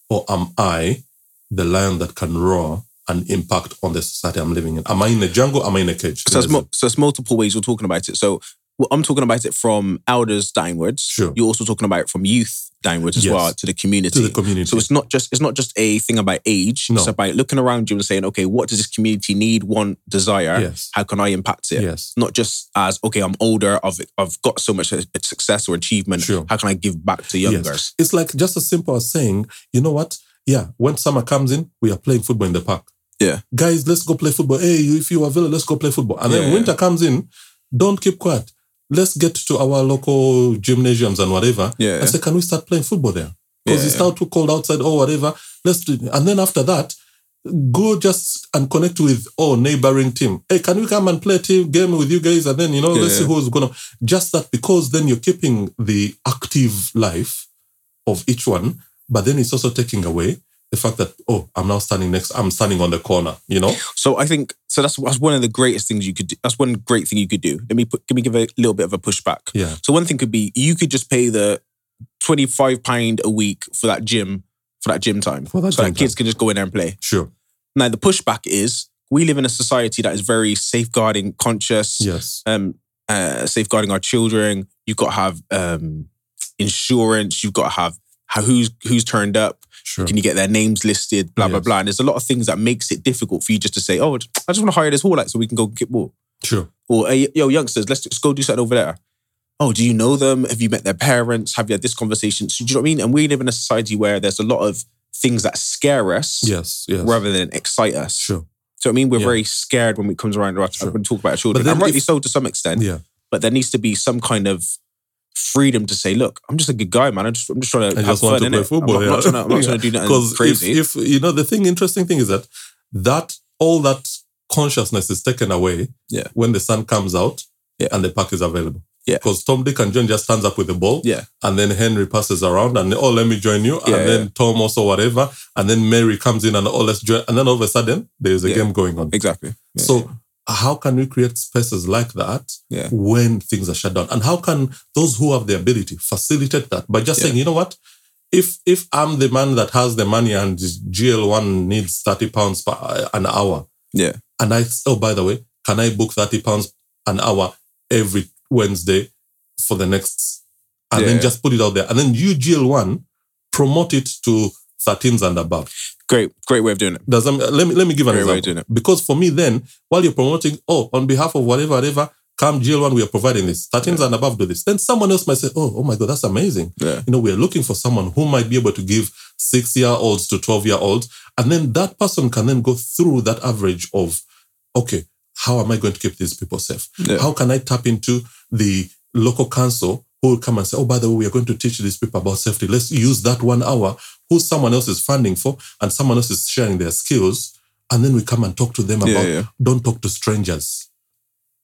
Or am I the lion that can roar and impact on the society I'm living in? Am I in a jungle? Am I in a cage?
So it's, mo- so it's multiple ways you're talking about it. So well, I'm talking about it from elders downwards.
Sure.
You're also talking about it from youth downwards as
Yes.
well to the community.
to the community.
So it's not just it's not just a thing about age.
No.
It's about looking around you and saying, okay, what does this community need, want, desire?
yes.
How can I impact it?
Yes.
Not just as okay, I'm older. I've I've got so much uh, success or achievement.
Sure.
How can I give back to younger?
Yes. It's like just as simple as saying, you know what? Yeah, when summer comes in, we are playing football in the park.
Yeah.
Guys, let's go play football. Hey, you- if you are available, let's go play football. And
Yeah,
then
yeah.
winter comes in, don't keep quiet. Let's get to our local gymnasiums and whatever.
Yeah.
And say, can we start playing football there? Because
Yeah,
it's
yeah.
now too cold outside or whatever. Let's do and then after that, go just and connect with oh neighboring team. Hey, can we come and play a team game with you guys? And then you know, let's see
Yeah.
who's gonna just that because then you're keeping the active life of each one, but then it's also taking away the fact that oh, I'm now standing next, I'm standing on the corner, you know?
So I think so. That's that's one of the greatest things you could. do. That's one great thing you could do. Let me put, let me give a little bit of a pushback.
Yeah.
So one thing could be you could just pay the twenty five pound a week for that gym for that gym time,
For that
so
gym
that kids can just go in there and play.
Sure.
Now, the pushback is we live in a society that is very safeguarding conscious,
Yes.
um, uh, safeguarding our children. You've got to have um, insurance. You've got to have how, who's who's turned up.
Sure.
Can you get their names listed? Blah blah
Yes.
blah. And there's a lot of things that makes it difficult for you just to say, "Oh, I just want to hire this hall light so we can go get ball."
Sure.
Or, "Hey, yo, youngsters, let's just go do something over there." Oh, do you know them? Have you met their parents? Have you had this conversation? So, do you know what I mean? And we live in a society where there's a lot of things that scare us
Yes. Yes.
rather than excite us.
Sure.
So I mean, we're
Yeah.
very scared when it comes around to
Sure.
when we talk about our children,
then
and rightly
if-
so to some extent.
Yeah.
But there needs to be some kind of freedom to say, "Look, I'm just a good guy, man. I'm just, I'm just trying to
I
have
just want
fun
to
in
play
it.
football.
I'm not,
yeah.
I'm not trying to, I'm not
(laughs)
trying to do nothing
if,
crazy."
if you know the thing, interesting thing is that that all that consciousness is taken away
Yeah.
when the sun comes out
Yeah.
and the park is available.
Yeah.
Because Tom, Dick, and John just stands up with the ball,
yeah,
and then Henry passes around, and oh, let me join you,
Yeah,
and then Tom also whatever, and then Mary comes in, and oh, let's join, and then all of a sudden there is a
Yeah.
game going on.
exactly. Yeah,
So how can we create spaces like that
Yeah.
when things are shut down? And how can those who have the ability facilitate that by just
Yeah.
saying, you know what? If if I'm the man that has the money and GL1 needs 30 pounds per uh, an hour,
yeah,
and I oh by the way, can I book 30 pounds an hour every Wednesday for the next and
Yeah.
then just put it out there. And then you GL1 promote it to 13s and above.
great, great way of doing it.
Does that, let me let me give an
Great way
example.
of doing it.
Because for me, then, while you're promoting, oh, on behalf of whatever, whatever, come GL1, we are providing this. 13s and above do this. Then someone else might say, oh, oh my God, that's amazing.
Yeah,
You know, we are looking for someone who might be able to give six year olds to 12 year olds. And then that person can then go through that average of, okay, how am I going to keep these people safe?
yeah,
How can I tap into the local council who will come and say, oh, by the way, we are going to teach these people about safety. Let's use that one hour who someone else is funding for and someone else is sharing their skills. And then we come and talk to them
yeah,
about
yeah.
don't talk to strangers.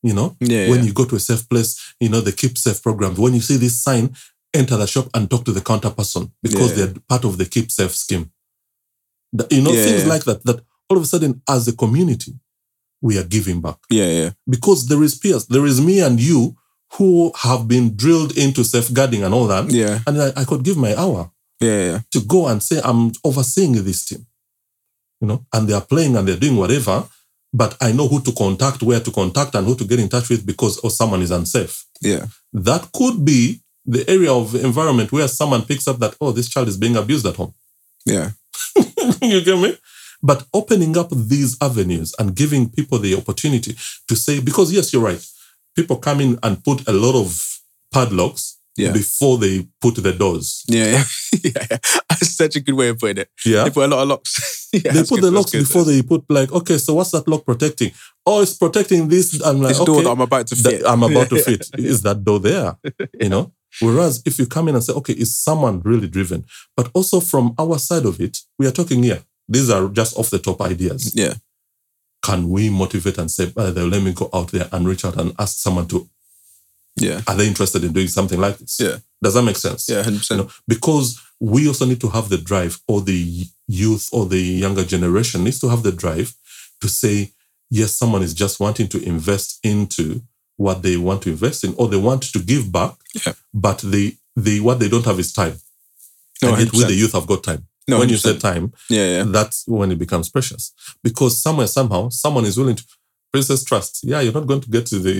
You know,
yeah,
when
yeah.
you go to a safe place, you know, the Keep Safe program, when you see this sign, enter the shop and talk to the counter person because
Yeah.
they're part of the Keep Safe scheme. The- You know,
Yeah,
things
yeah.
like that, that all of a sudden, as a community, we are giving back
yeah, yeah.
because there is peers, there is me and you who have been drilled into safeguarding and all that.
Yeah.
And I, I could give my hour
Yeah. Yeah.
to go and say I'm overseeing this team, you know, and they are playing and they're doing whatever, but I know who to contact, where to contact, and who to get in touch with because oh, someone is unsafe.
Yeah.
That could be the area of environment where someone picks up that oh, this child is being abused at home.
Yeah.
(laughs) you get me? But opening up these avenues and giving people the opportunity to say because yes, you're right. People come in and put a lot of padlocks
Yeah.
before they put the doors.
Yeah. Yeah. (laughs) yeah. yeah. That's such a good way of putting it.
Yeah.
They put a lot of locks. (laughs) yeah,
they
that's
put
good,
the
that's
locks
good.
before they put like, okay, so what's that lock protecting? Oh, it's protecting this. I'm like,
this
okay,
door that I'm about to fit.
that I'm
(laughs)
about to fit. Is that door there? You know? Whereas if you come in and say, okay, is someone really driven? But also from our side of it, we are talking here. These are just off the top ideas.
Yeah.
Can we motivate and say, by the way, let me go out there and reach out and ask someone to,
Yeah.
are they interested in doing something like this?
Yeah.
Does that make sense?
Yeah. Hundred
you
percent.
know, because we also need to have the drive, or the youth or the younger generation needs to have the drive to say, yes, someone is just wanting to invest into what they want to invest in, or they want to give back,
Yeah.
but they they what they don't have is time.
No.
and yet with the
100%.
youth have got time.
No.
when you
100%.
say time,
Yeah. Yeah.
that's when it becomes precious. Because somewhere, somehow, someone is willing to princess trust. Yeah, you're not going to get to the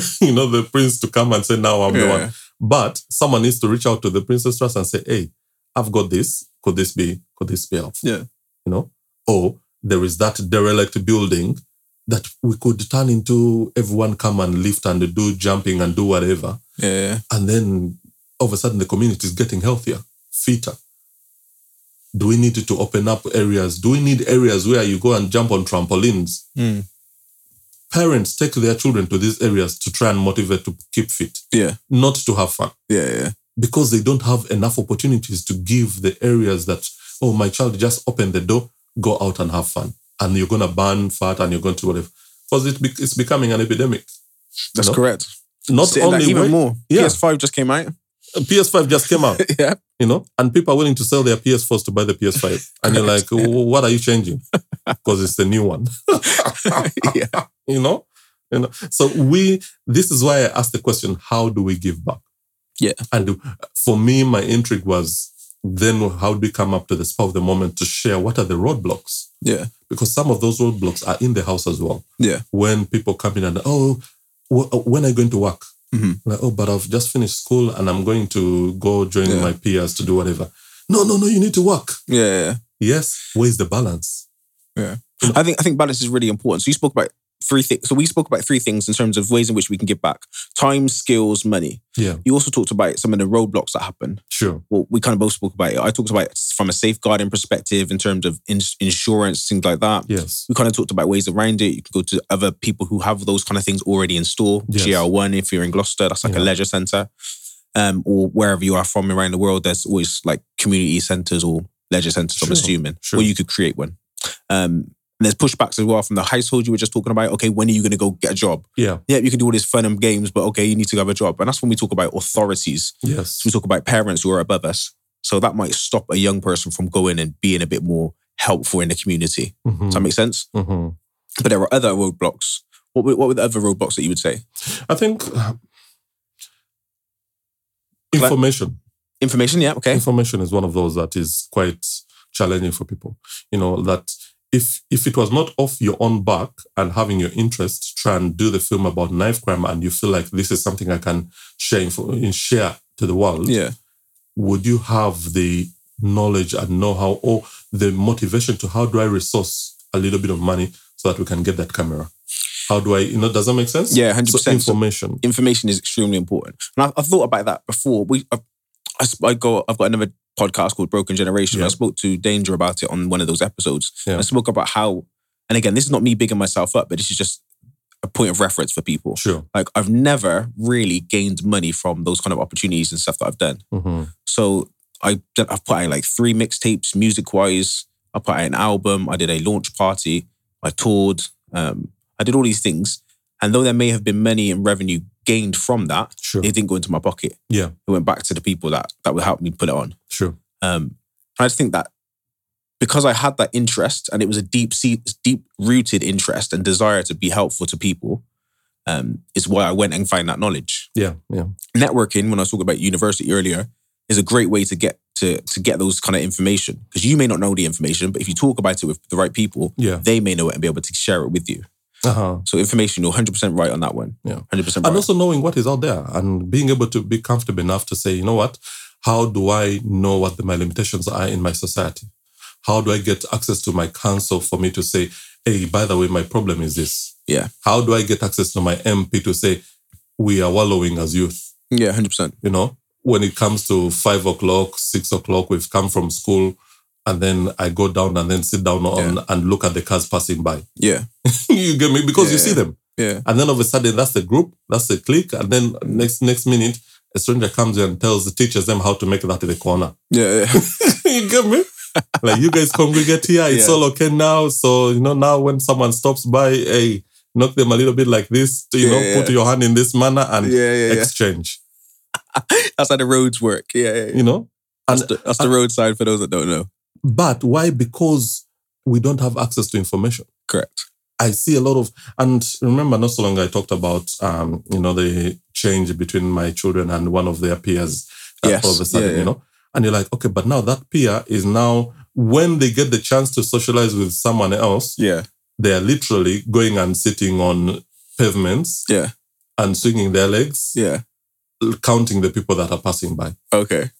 (laughs) you know the prince to come and say, now I'm the
Yeah.
one. But someone needs to reach out to the Princess Trust and say, hey, I've got this. Could this be, could this be helpful?
Yeah.
You know? Or there is that derelict building that we could turn into everyone come and lift and do jumping and do whatever.
Yeah. Yeah.
And then all of a sudden the community is getting healthier, fitter. Do we need to open up areas? Do we need areas where you go and jump on trampolines?
Mm.
Parents take their children to these areas to try and motivate to keep fit,
Yeah.
not to have fun
Yeah. Yeah.
because they don't have enough opportunities to give the areas that, oh, my child, just open the door, go out and have fun. And you're going to burn fat and you're going to whatever. Because it be- it's becoming an epidemic.
That's
No.
correct.
Not
Sitting
only
like even
where-
more.
Yeah.
PS5 just came out. (laughs)
PS5 just came out,
yeah. (laughs)
you know, and people are willing to sell their PS4s to buy the PS5. And you're like, "Oh, what are you changing? Because it's the new one, (laughs)
yeah.
you know? You know, so we. This is why I asked the question: How do we give back?
Yeah.
And for me, my intrigue was then how do we come up to the spur of the moment to share what are the roadblocks?
Yeah.
Because some of those roadblocks are in the house as well.
Yeah.
When people come in and, oh, wh- when are you going to work?
Mhm.
Like, oh, but I've just finished school and I'm going to go join
Yeah.
my peers to do whatever. No, no, no, you need to work.
Yeah. Yeah.
Yes. Where's the balance?
I think I think balance is really important. So you spoke about three things. So we spoke about three things in terms of ways in which we can give back: time, skills, money.
Yeah.
You also talked about some of the roadblocks that happen.
Sure.
Well, we kind of both spoke about it. I talked about it from a safeguarding perspective in terms of ins- insurance, things like that.
Yes.
We kind of talked about ways around it. You can go to other people who have those kind of things already in store.
Yes.
GR1, if you're in Gloucester, that's like
Yeah.
a leisure centre. Um, or wherever you are from around the world, there's always like community centres or leisure centres, I'm
Sure,
assuming.
sure.
Or you could create one. Um, and there's pushbacks as well from the household you were just talking about. Okay, when are you going to go get a job?
Yeah.
Yeah, you can do all this fun and games, but okay, you need to go have a job. And that's when we talk about authorities.
Yes.
So we talk about parents who are above us. So that might stop a young person from going and being a bit more helpful in the community. Does that
Mhm.
make sense?
Mhm.
but there were other roadblocks. What were, what were the other roadblocks that you would say?
I think uh, information.
Information, yeah, okay,
Information is one of those that is quite challenging for people. You know that if if it was not off your own back and having your interest, try and do the film about knife crime, and you feel like this is something I can share info, share to the world.
yeah,
Would you have the knowledge and know how, or the motivation to how do I resource a little bit of money so that we can get that camera? How do I? You know, does that make sense?
yeah, hundred
So
percent.
information.
information is extremely important, and I, I've thought about that before. We, I've, I, sp- I go, I've got another podcast called Broken Generation.
Yeah.
I spoke to Danger about it on one of those episodes.
Yeah.
I spoke about how, and again, this is not me bigging myself up, but this is just a point of reference for people.
Sure.
Like I've never really gained money from those kind of opportunities and stuff that I've done.
Mm-hmm.
So I did- I've put out like three mixtapes, music wise. I put out an album. I did a launch party. I toured. Um, I did all these things, and though there may have been money and revenue gained from that,
Sure.
it didn't go into my pocket.
Yeah.
it went back to the people that that would help me put it on.
sure.
Um, I just think that because I had that interest and it was a deep, deep rooted interest and desire to be helpful to people, um, is why I went and find that knowledge.
Yeah, yeah.
Networking, when I was talking about university earlier, is a great way to get to to get those kind of information because you may not know the information, but if you talk about it with the right people,
Yeah.
they may know it and be able to share it with you.
Uh-huh.
So information, you're 100 percent right on that one.
Yeah.
100 percent right.
And also knowing what is out there and being able to be comfortable enough to say, you know what, how do I know what the, my limitations are in my society? How do I get access to my council for me to say, hey, by the way, my problem is this?
Yeah.
How do I get access to my MP to say, we are wallowing as youth?
yeah, 100 percent.
you know when it comes to five o'clock six o'clock we've come from school and then i go down and then sit down on and look at the cars passing by
Yeah,
(laughs) you get me because you
Yeah.
see them
yeah,
and then all of a sudden that's the group that's the clique and then next next minute a stranger comes and tells teaches them how to make that in the corner (laughs)
yeah, yeah.
you
(laughs)
get me like you guys congregate here it's
Yeah.
all okay now so you know now when someone stops by hey knock them a little bit like this you know
Yeah,
put your hand in this manner
(laughs)
and
yeah, yeah, yeah.
exchange
That's how the roads work. Yeah, yeah, yeah.
you know
That's, the, that's the road sign for those that don't know.
But why? Because we don't have access to information.
Correct.
I see a lot of, and remember, not so long I talked about, um, you know, the change between my children and one of their peers. uh,
Yes.
All of a sudden,
Yeah, yeah.
you know, and you're like, okay, but now that peer is now when they get the chance to socialize with someone else,
Yeah,
they are literally going and sitting on pavements,
Yeah.
and swinging their legs,
yeah.
counting the people that are passing by,
Okay.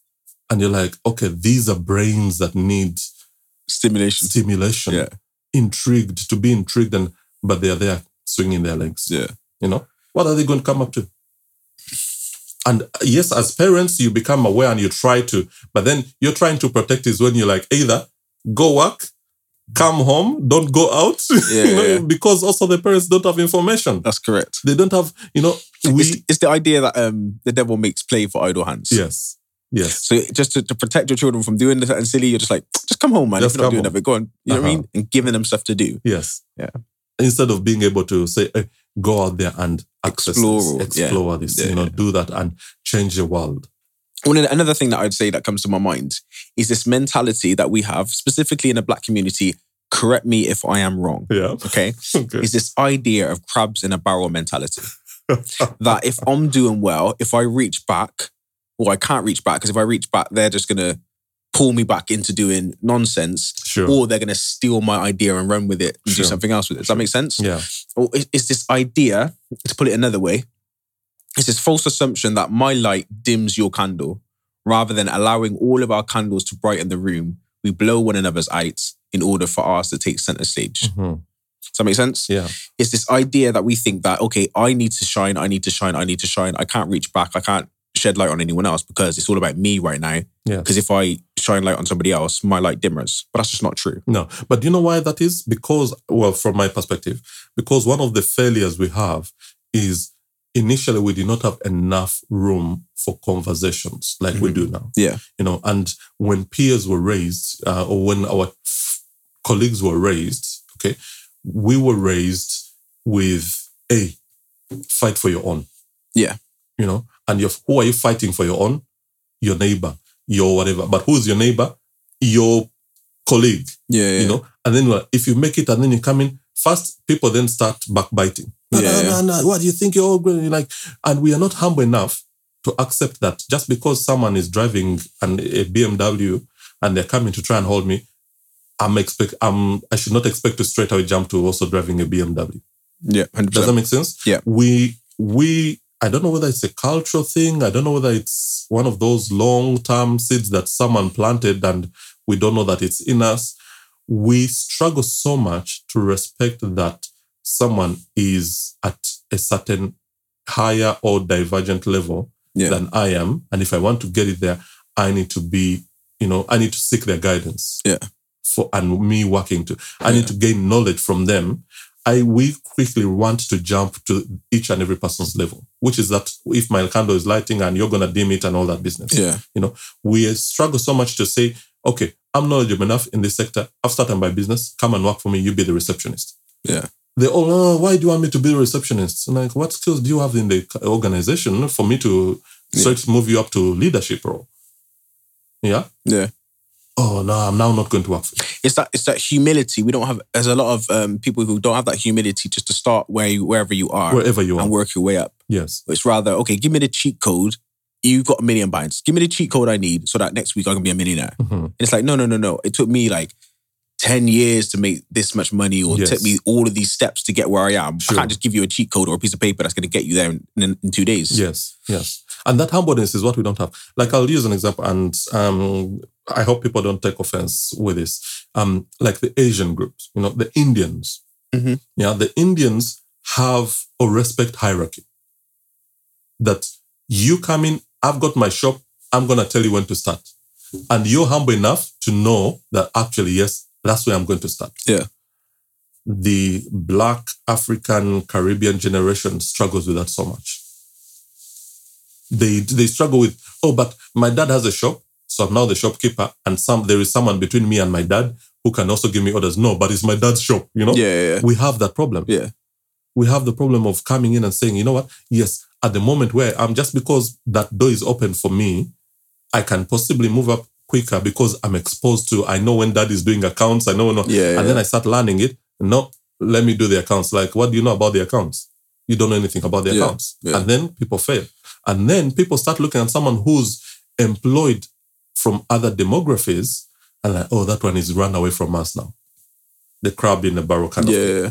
and you're like, okay, these are brains that need (laughs)
Stimulation.
stimulation,
Yeah.
intrigued, to be intrigued, and but they are there swinging their legs.
Yeah.
You know, what are they going to come up to? And uh, yes, as parents, you become aware and you try to, but then you're trying to protect is when you're like either go work, come home, don't go out, (laughs)
Yeah,
you know,
yeah.
because also the parents don't have information.
That's correct.
They don't have, you know, we
it's, it's the idea that um, the devil makes play for idle hands.
yes, yes,
So just to, to protect your children from doing this and silly, you're just like, just come home, man.
Just
if you're not
come
doing
home.
nothing, go on. You know what I
Uh-huh.
mean? And giving them stuff to do.
yes,
Yeah.
Instead of being able to say, eh, go out there and access
Explore, yeah.
this, explore this,
Yeah,
you know, do that and change the world.
One of the- another thing that I'd say that comes to my mind is this mentality that we have, specifically in the black community. Correct me if I am wrong.
Yeah. (laughs)
Okay,
Okay.
is this idea of crabs in a barrel mentality. that if I'm doing well, if I reach back, well, I can't reach back because if I reach back, they're just gonna pull me back into doing nonsense,
Sure.
or they're gonna steal my idea and run with it and do
Sure.
something else with it. Does that make sense?
yeah.
Or is, is this idea, to put it another way, it's this false assumption that my light dims your candle, rather than allowing all of our candles to brighten the room. We blow one another's out in order for ours to take center stage.
Mhm.
Does that make sense?
Yeah.
It's this idea that we think that, okay, I need to shine, I need to shine, I need to shine. I can't reach back, I can't shed light on anyone else because it's all about me right now.
Yeah.
Because if I shine light on somebody else, my light dimmers. But that's just not true.
No. But you know why that is? Because, well, from my perspective, because one of the failures we have is initially we did not have enough room for conversations like we
Mhm.
do now.
Yeah.
You know, and when peers were raised uh, or when our f- colleagues were raised, okay, we were raised with a fight for your own.
Yeah.
You know, and you're, who are you fighting for your own? Your neighbor, your whatever. But who's your neighbor? Your colleague,
Yeah.
you know? And then well, if you make it and then you come in, first people then start backbiting. No,
Yeah, yeah.
no, no, no. What do you think you're all going you're like? And we are not humble enough to accept that just because someone is driving an, a BMW and they're coming to try and hold me, I'm expect I'm I should not expect to straight away jump to also driving a BMW.
Yeah. 100%.
Does that make sense?
Yeah.
We we I don't know whether it's a cultural thing. I don't know whether it's one of those long-term seeds that someone planted and we don't know that it's in us. We struggle so much to respect that someone is at a certain higher or divergent level
Yeah.
than I am. And if I want to get it there, I need to be, you know, I need to seek their guidance.
Yeah.
For and me working to. I
Yeah.
need to gain knowledge from them. I we quickly want to jump to each and every person's level, which is that if my candle is lighting and you're gonna dim it and all that business.
yeah.
We struggle so much to say, okay, I'm knowledgeable enough in this sector. I've started my business. Come and work for me. You be the receptionist.
Yeah.
They all, oh, why do you want me to be a receptionist? And like, what skills do you have in the organization for me to
Yeah.
start to move you up to leadership role? Yeah.
Yeah.
oh no, I'm now not going to work for you.
It's that it's that humility. We don't have there's a lot of um, people who don't have that humility just to start where you, wherever you are
wherever you are.
and work your way up.
Yes.
It's rather okay. Give me the cheat code. You've got a million binds. Give me the cheat code I need so that next week I can be a millionaire.
Mhm.
And it's like, no, no, no, no. It took me like 10 years to make this much money, or
Yes.
it took me all of these steps to get where I am.
Sure.
I can't just give you a cheat code or a piece of paper that's going to get you there in, in, in two days.
Yes. Yes. And that humbleness is what we don't have. Like I'll use an example, and um, I hope people don't take offense with this. Um, like the Asian groups, you know, the Indians.
Mhm.
Yeah, the Indians have a respect hierarchy. That you come in, I've got my shop, I'm gonna tell you when to start. And you're humble enough to know that actually, yes, that's where I'm going to start.
Yeah.
The black African Caribbean generation struggles with that so much. They they struggle with, oh, but my dad has a shop, so I'm now the shopkeeper, and some there is someone between me and my dad who can also give me orders. No, but it's my dad's shop, you know?
Yeah, yeah, yeah.
We have that problem
Yeah.
we have the problem of coming in and saying, you know what? Yes, at the moment where I'm just because that door is open for me, I can possibly move up quicker because I'm exposed to, I know when dad is doing accounts, I know when,
Yeah, yeah.
and then I start learning it. No, let me do the accounts. Like, what do you know about the accounts? You don't know anything about the
Yeah,
accounts.
yeah.
And then people fail. And then people start looking at someone who's employed from other demographies and like, oh, that one is run away from us now. The crab in the barrel kind of
yeah, yeah, yeah.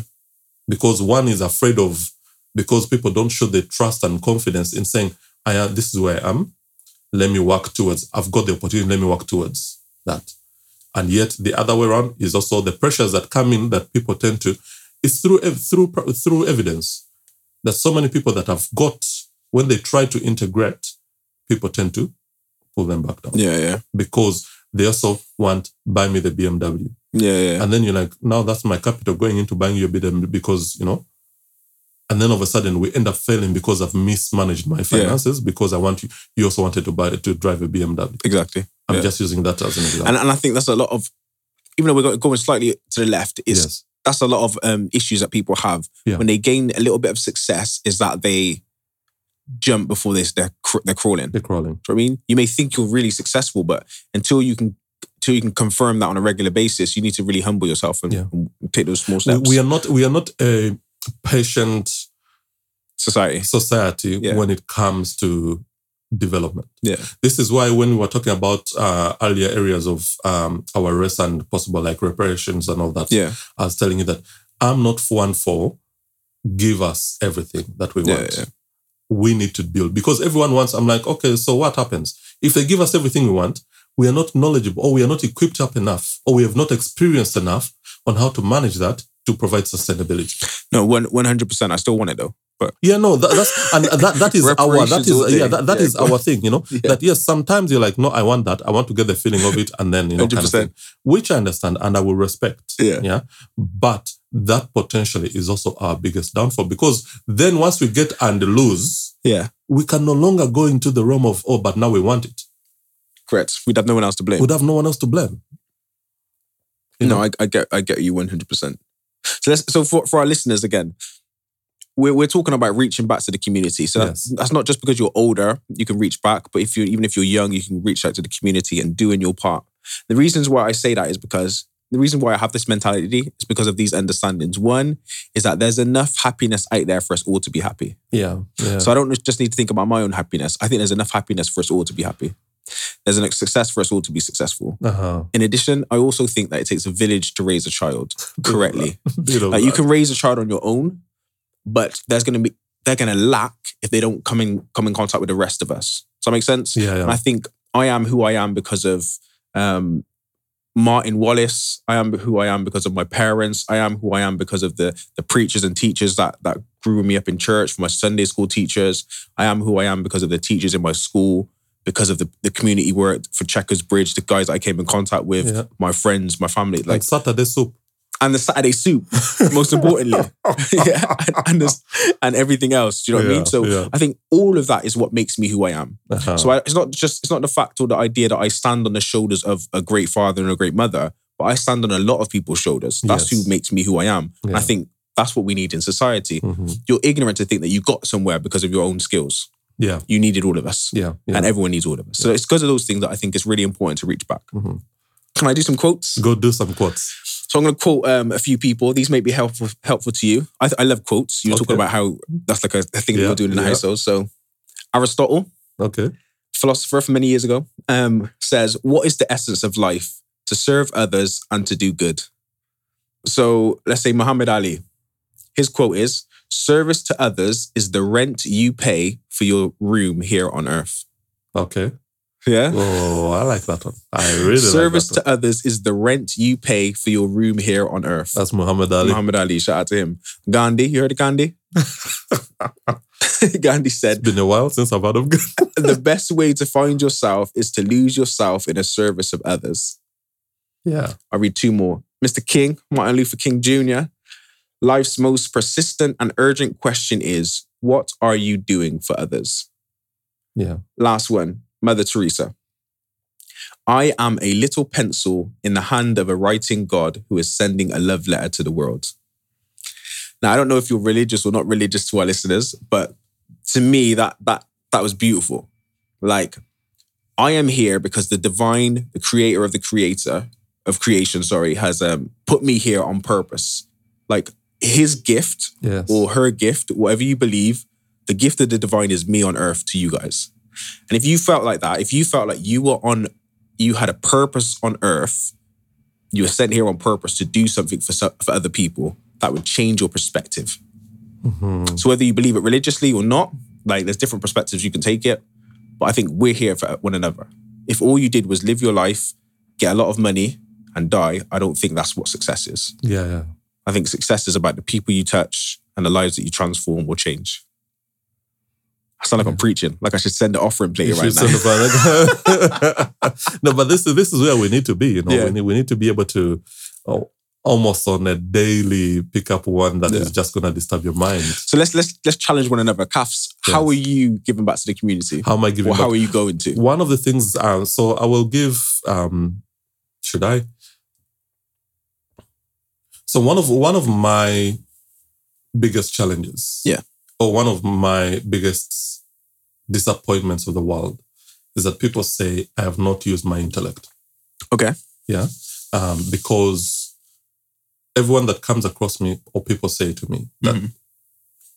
because one is afraid of because people don't show the trust and confidence in saying i am this is where i am let me work towards i've got the opportunity let me work towards that and yet the other way around is also the pressures that come in that people tend to it's through ev- through pro- through evidence that so many people that have got when they try to integrate people tend to pull them back down
Yeah, yeah.
because they also want buy me the bmw
Yeah, yeah.
and then you're like, now that's my capital going into buying your bid because, you know. And then all of a sudden we end up failing because I've mismanaged my finances because I want you, you also wanted to buy to drive a BMW.
Exactly.
I'm
Yeah.
just using that as an example.
And, and I think that's a lot of, even though we're go- going slightly to the left, is
yes.
that's a lot of um, issues that people have
Yeah.
when they gain a little bit of success is that they jump before they, they're, cr- they're crawling.
They're crawling.
Do you know what I mean? You may think you're really successful, but until you can until you can confirm that on a regular basis, you need to really humble yourself and,
Yeah.
and take those small
We,
steps.
we are not we are not a patient
Society.
society
Yeah.
when it comes to development.
Yeah.
This is why when we were talking about uh, earlier areas of um, our race and possible like reparations and all that
Yeah.
I was telling you that I'm not for one for give us everything that we
Yeah,
want.
yeah.
We need to build because everyone wants. I'm like, okay, so what happens if they give us everything we want? We are not knowledgeable, or we are not equipped up enough, or we have not experienced enough on how to manage that to provide sustainability.
No, one one hundred percent. I still want it though. But
Yeah, no, that, that's and that, that is our that
Reparations all
is
day.
yeah that, that
Yeah,
is
go on.
our thing. You know
Yeah.
that yes, sometimes you're like, no, I want that. I want to get the feeling of it, and then you know, kind of
100%.
thing, which I understand and I will respect.
yeah.
Yeah. But that potentially is also our biggest downfall because then once we get and lose,
Yeah.
we can no longer go into the realm of, oh, but now we want it.
Correct. We'd have no one else to blame.
We'd have no one else to blame. You
no, I, I get I get you one hundred percent. So let's so for, for our listeners again, we're we're talking about reaching back to the community. So that's,
Yes.
that's not just because you're older you can reach back, but if you even if you're young, you can reach out to the community and doing your part. The reasons why I say that is because the reason why I have this mentality is because of these understandings. One is that there's enough happiness out there for us all to be happy.
Yeah. Yeah.
So I don't just need to think about my own happiness. I think there's enough happiness for us all to be happy. There's enough success for us all to be successful. (laughs)
uh-huh.
In addition, I also think that it takes a village to raise a child correctly.
Bit of
Like you
that.
can raise a child on your own, but there's gonna be they're gonna lack if they don't come in come in contact with the rest of us. Does that make sense? (laughs)
Yeah.
And I
yeah.
think I am who I am because of um, Martin Wallace. I am who I am because of my parents. I am who I am because of the the preachers and teachers that that grew me up in church, from my Sunday school teachers. I am who I am because of the teachers in my school, because of the, the community work for Checkers Bridge, the guys I came in contact with,
Yeah.
my friends, my family,
Like
like
Saturday soup.
and the Saturday
(laughs)
soup, most importantly. (laughs) yeah. And and, this- and everything else. Do you know what I
Yeah,
mean? So
yeah.
I think all of that is what makes me who I am.
Uh-huh.
So I, it's not just it's not the fact or the idea that I stand on the shoulders of a great father and a great mother, but I stand on a lot of people's shoulders. That's
Yes.
who makes me who I am. And I
Yeah.
think that's what we need in society.
Mhm.
You're ignorant to think that you got somewhere because of your own skills.
Yeah.
You needed all of us,
Yeah. yeah.
and everyone needs all of us. So it's because of those things that I think it's really important to reach back.
Mhm.
Can I do some quotes?
Go do some quotes.
So I'm going to quote um, a few people. These may be helpful helpful to you. I, th- I love quotes. You were
Okay.
talking about how that's like a, a thing that
Yeah,
we're doing in the
yeah.
household. So Aristotle,
Okay.
philosopher from many years ago, um, says, "What is the essence of life? To serve others and to do good." So let's say Muhammad Ali. His quote is, "Service to others is the rent you pay for your room here on earth."
Okay.
Yeah.
Oh, I like that one. I really
Service
like that
to others is the rent you pay for your room here on earth.
one. That's Muhammad Ali.
Muhammad Ali, shout out to him. Gandhi, you heard of
(laughs)
Gandhi? (laughs) Gandhi
It's
said,
been a while since I've heard of God.
the best way to find yourself is to lose yourself in the service of others.
(laughs) Yeah.
I'll read two more. Mr. King, Martin Luther King Jr. Life's most persistent and urgent question is, what are you doing for others?
Yeah.
Last one, Mother Teresa. I am a little pencil in the hand of a writing God who is sending a love letter to the world. Now, I don't know if you're religious or not religious to our listeners, but to me, that that that was beautiful. Like, I am here because the divine, the creator of the creator of creation, sorry, has um, put me here on purpose. Like his gift
Yes.
or her gift, whatever you believe, the gift of the divine is me on earth to you guys. And if you felt like that, if you felt like you were on, you had a purpose on earth, you were sent here on purpose to do something for, so- for other people, that would change your perspective.
Mhm.
So whether you believe it religiously or not, like there's different perspectives you can take it. But I think we're here for one another. If all you did was live your life, get a lot of money, and die, I don't think that's what success is.
Yeah. Yeah.
I think success is about the people you touch and the lives that you transform or change. I sound like I'm preaching. Like I should send an offering plate
You
right
should
now.
send a banner. (laughs) no, but this is this is where we need to be. You know,
Yeah.
we need we need to be able to oh, almost on a daily pick up one that is
Yeah.
just going to disturb your mind.
(laughs) so let's let's let's challenge one another. Cuffs, how
Yes.
are you giving back to the community?
How am I giving?
or how
back?
are you going to?
One of the things. Um, so I will give. Um, should I? So one of one of my biggest challenges,
Yeah.
or one of my biggest disappointments of the world, is that people say I have not used my intellect.
Okay.
um, because everyone that comes across me or people say to me that
Mhm.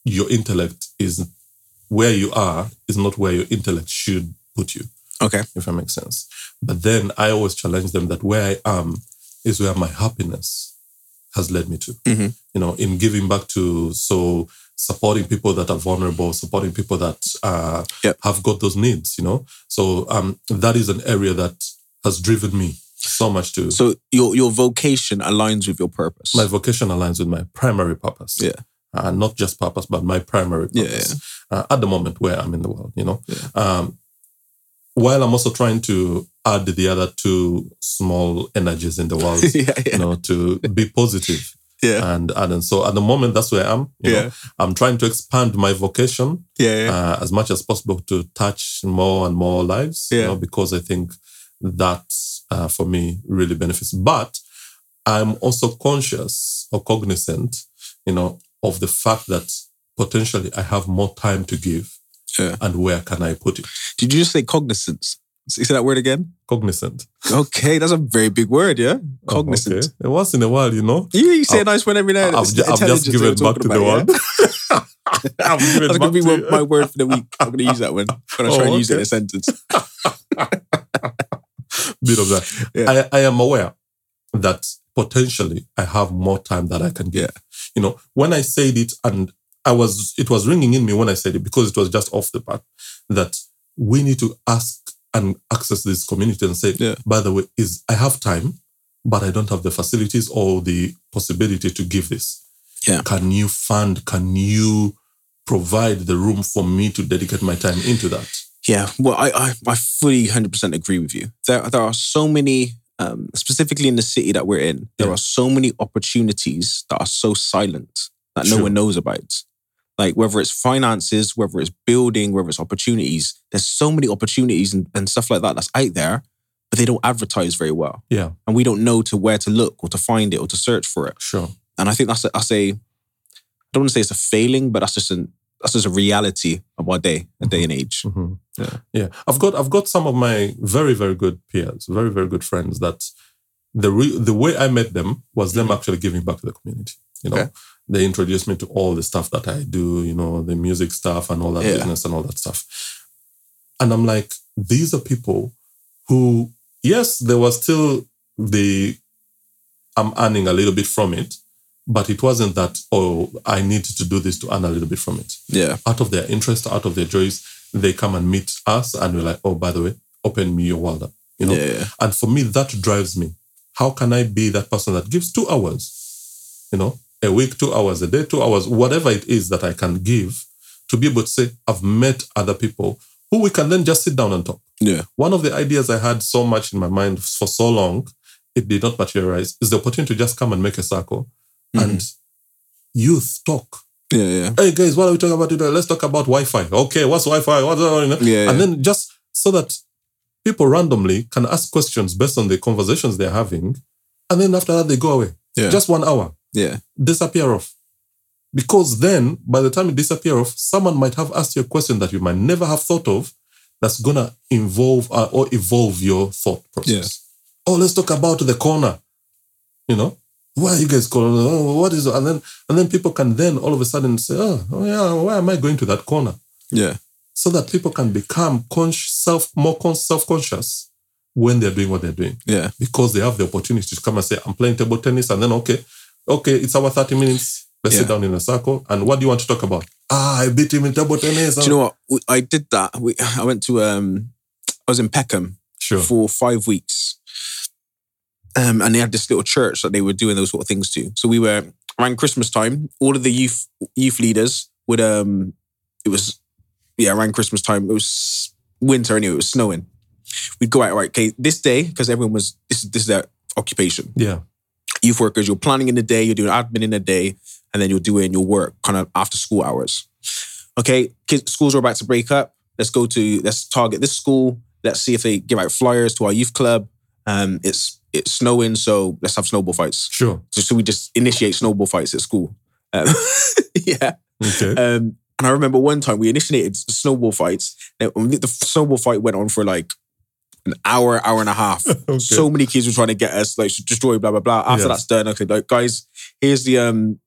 your intellect is where you are is not where your intellect should put you,
Okay.
if that makes sense. But then I always challenge them that where I am is where my happiness has led me to.
Mhm.
You know, in giving back to so supporting people that are vulnerable, supporting people that uh,
Yep.
have got those needs. You know, so um, that is an area that has driven me so much to
So your your vocation aligns with your purpose. (laughs)
my vocation aligns with my primary purpose.
Yeah.
Uh, not just purpose, but my primary
Yeah,
purpose Uh, at the moment where I'm in the world, you know.
Yeah.
Um, while I'm also trying to add the other two small energies in the world,
(laughs) yeah, yeah.
you know, to be positive
yeah.
and add. And so at the moment, that's where I am. Uh, You
Yeah.
know, I'm trying to expand my vocation
yeah, yeah.
uh, as much as possible to touch more and more lives. You
Yeah.
know, because I think that uh, for me really benefits. But I'm also conscious or cognizant, you know, of the fact that potentially I have more time to give,
Yeah.
and where can I put it?
Did you just say cognizance? You say that word again?
Cognizant.
Okay, that's a very big word, yeah?
Oh,
Cognizant.
okay. Once in a while, you know.
You, you say a
I've-
nice one every now and then.
I've,
It's
ju- I've
intelligence
just
that
given
we're
back
talking
to the
about, yeah?
world.
(laughs)
I've given
That's
back
gonna be
to
my,
you.
my word for the week. I'm gonna use that one when I try
(laughs) Oh,
and use it in
okay.
a sentence.
bit of that.
Yeah.
I, I am aware that potentially I have more time that I can give. You know, when I said it, and I was, it was ringing in me when I said it because it was just off the bat that we need to ask and access this community and say,
Yeah.
by the way, is I have time, but I don't have the facilities or the possibility to give this.
Yeah.
Can you fund? Can you provide the room for me to dedicate my time into that?
Yeah, well, I I, I fully hundred percent agree with you. There there are so many, um, specifically in the city that we're in, there
Yeah.
are so many opportunities that are so silent that no
True.
one knows about. Like whether it's finances, whether it's building, whether it's opportunities, there's so many opportunities and, and stuff like that that's out there, but they don't advertise very well,
Yeah,
and we don't know to where to look or to find it or to search for it.
sure.
And I think that's a, that's a I don't want to say it's a failing, but that's just an that's just a reality of our day, a day and age.
Mhm.
Mm-hmm. Yeah.
yeah. I've got I've got some of my very very good peers, very very good friends that the re- the way I met them was them actually giving back to the community. You know,
Mm-hmm. Okay.
they introduced me to all the stuff that I do. You know, the music stuff and all that
Yeah.
business and all that stuff. And I'm like, these are people who, yes, there was still the I'm earning a little bit from it, but it wasn't that oh I need to do this to earn a little bit from it
Yeah.
out of their interest, out of their joys, they come and meet us and we're like, oh, by the way, open me your world up. You know?
Yeah, yeah.
And for me, that drives me. How can I be that person that gives two hours, you know, a week, two hours, a day, two hours, whatever it is that I can give to be able to say, I've met other people who we can then just sit down and talk.
Yeah.
One of the ideas I had so much in my mind for so long, it did not materialize, is the opportunity to just come and make a circle and youth talk
Yeah, yeah.
hey guys, what are we talking about today? Let's talk about Wi-Fi. Okay, what's Wi-Fi? What's that? You know?
Yeah,
And
yeah.
then just so that people randomly can ask questions based on the conversations they're having, and then after that they go away.
Yeah.
Just one hour,
Yeah.
disappear off. Because then, by the time you disappear off, someone might have asked you a question that you might never have thought of, that's gonna involve uh, or evolve your thought process. Oh, let's talk about the corner. You know, why are you guys calling? Oh, what is? And then and then people can then all of a sudden say, oh, oh yeah, why am I going to that corner?
Yeah.
So that people can become con- self more con- self conscious when they're doing what they're doing
Yeah.
because they have the opportunity to come and say, I'm playing table tennis, and then okay, okay, it's our 30 minutes. Let's sit
Yeah.
down in a circle. And what do you want to talk about? Ah, I beat him in table tennis.
Do you know what? We- I did that. We, (laughs) I went to um, I was in Peckham
sure.
for five weeks. Um, and they had this little church that they were doing those sort of things to. So we were around Christmas time. All of the youth youth leaders would um, it was yeah around Christmas time. It was winter anyway. It was snowing. We'd go out right. Okay, this day because everyone was this this is their occupation.
Yeah.
Youth workers, you're planning in the day, you're doing admin in the day, and then you're doing your work kind of after school hours. Okay, kids, schools are about to break up. Let's go to let's target this school. Let's see if they give out flyers to our youth club. Um, it's it's snowing, so let's have snowball fights.
Sure.
So, so we just initiate snowball fights at school. Um, (laughs) yeah. (laughs)
Okay.
Um, and I remember one time we initiated snowball fights. Now, The snowball fight went on for like an hour, hour and a half.
(laughs) okay.
So many kids were trying to get us like to destroy blah blah blah. After
Yeah.
that's done, okay, like guys, here's the um,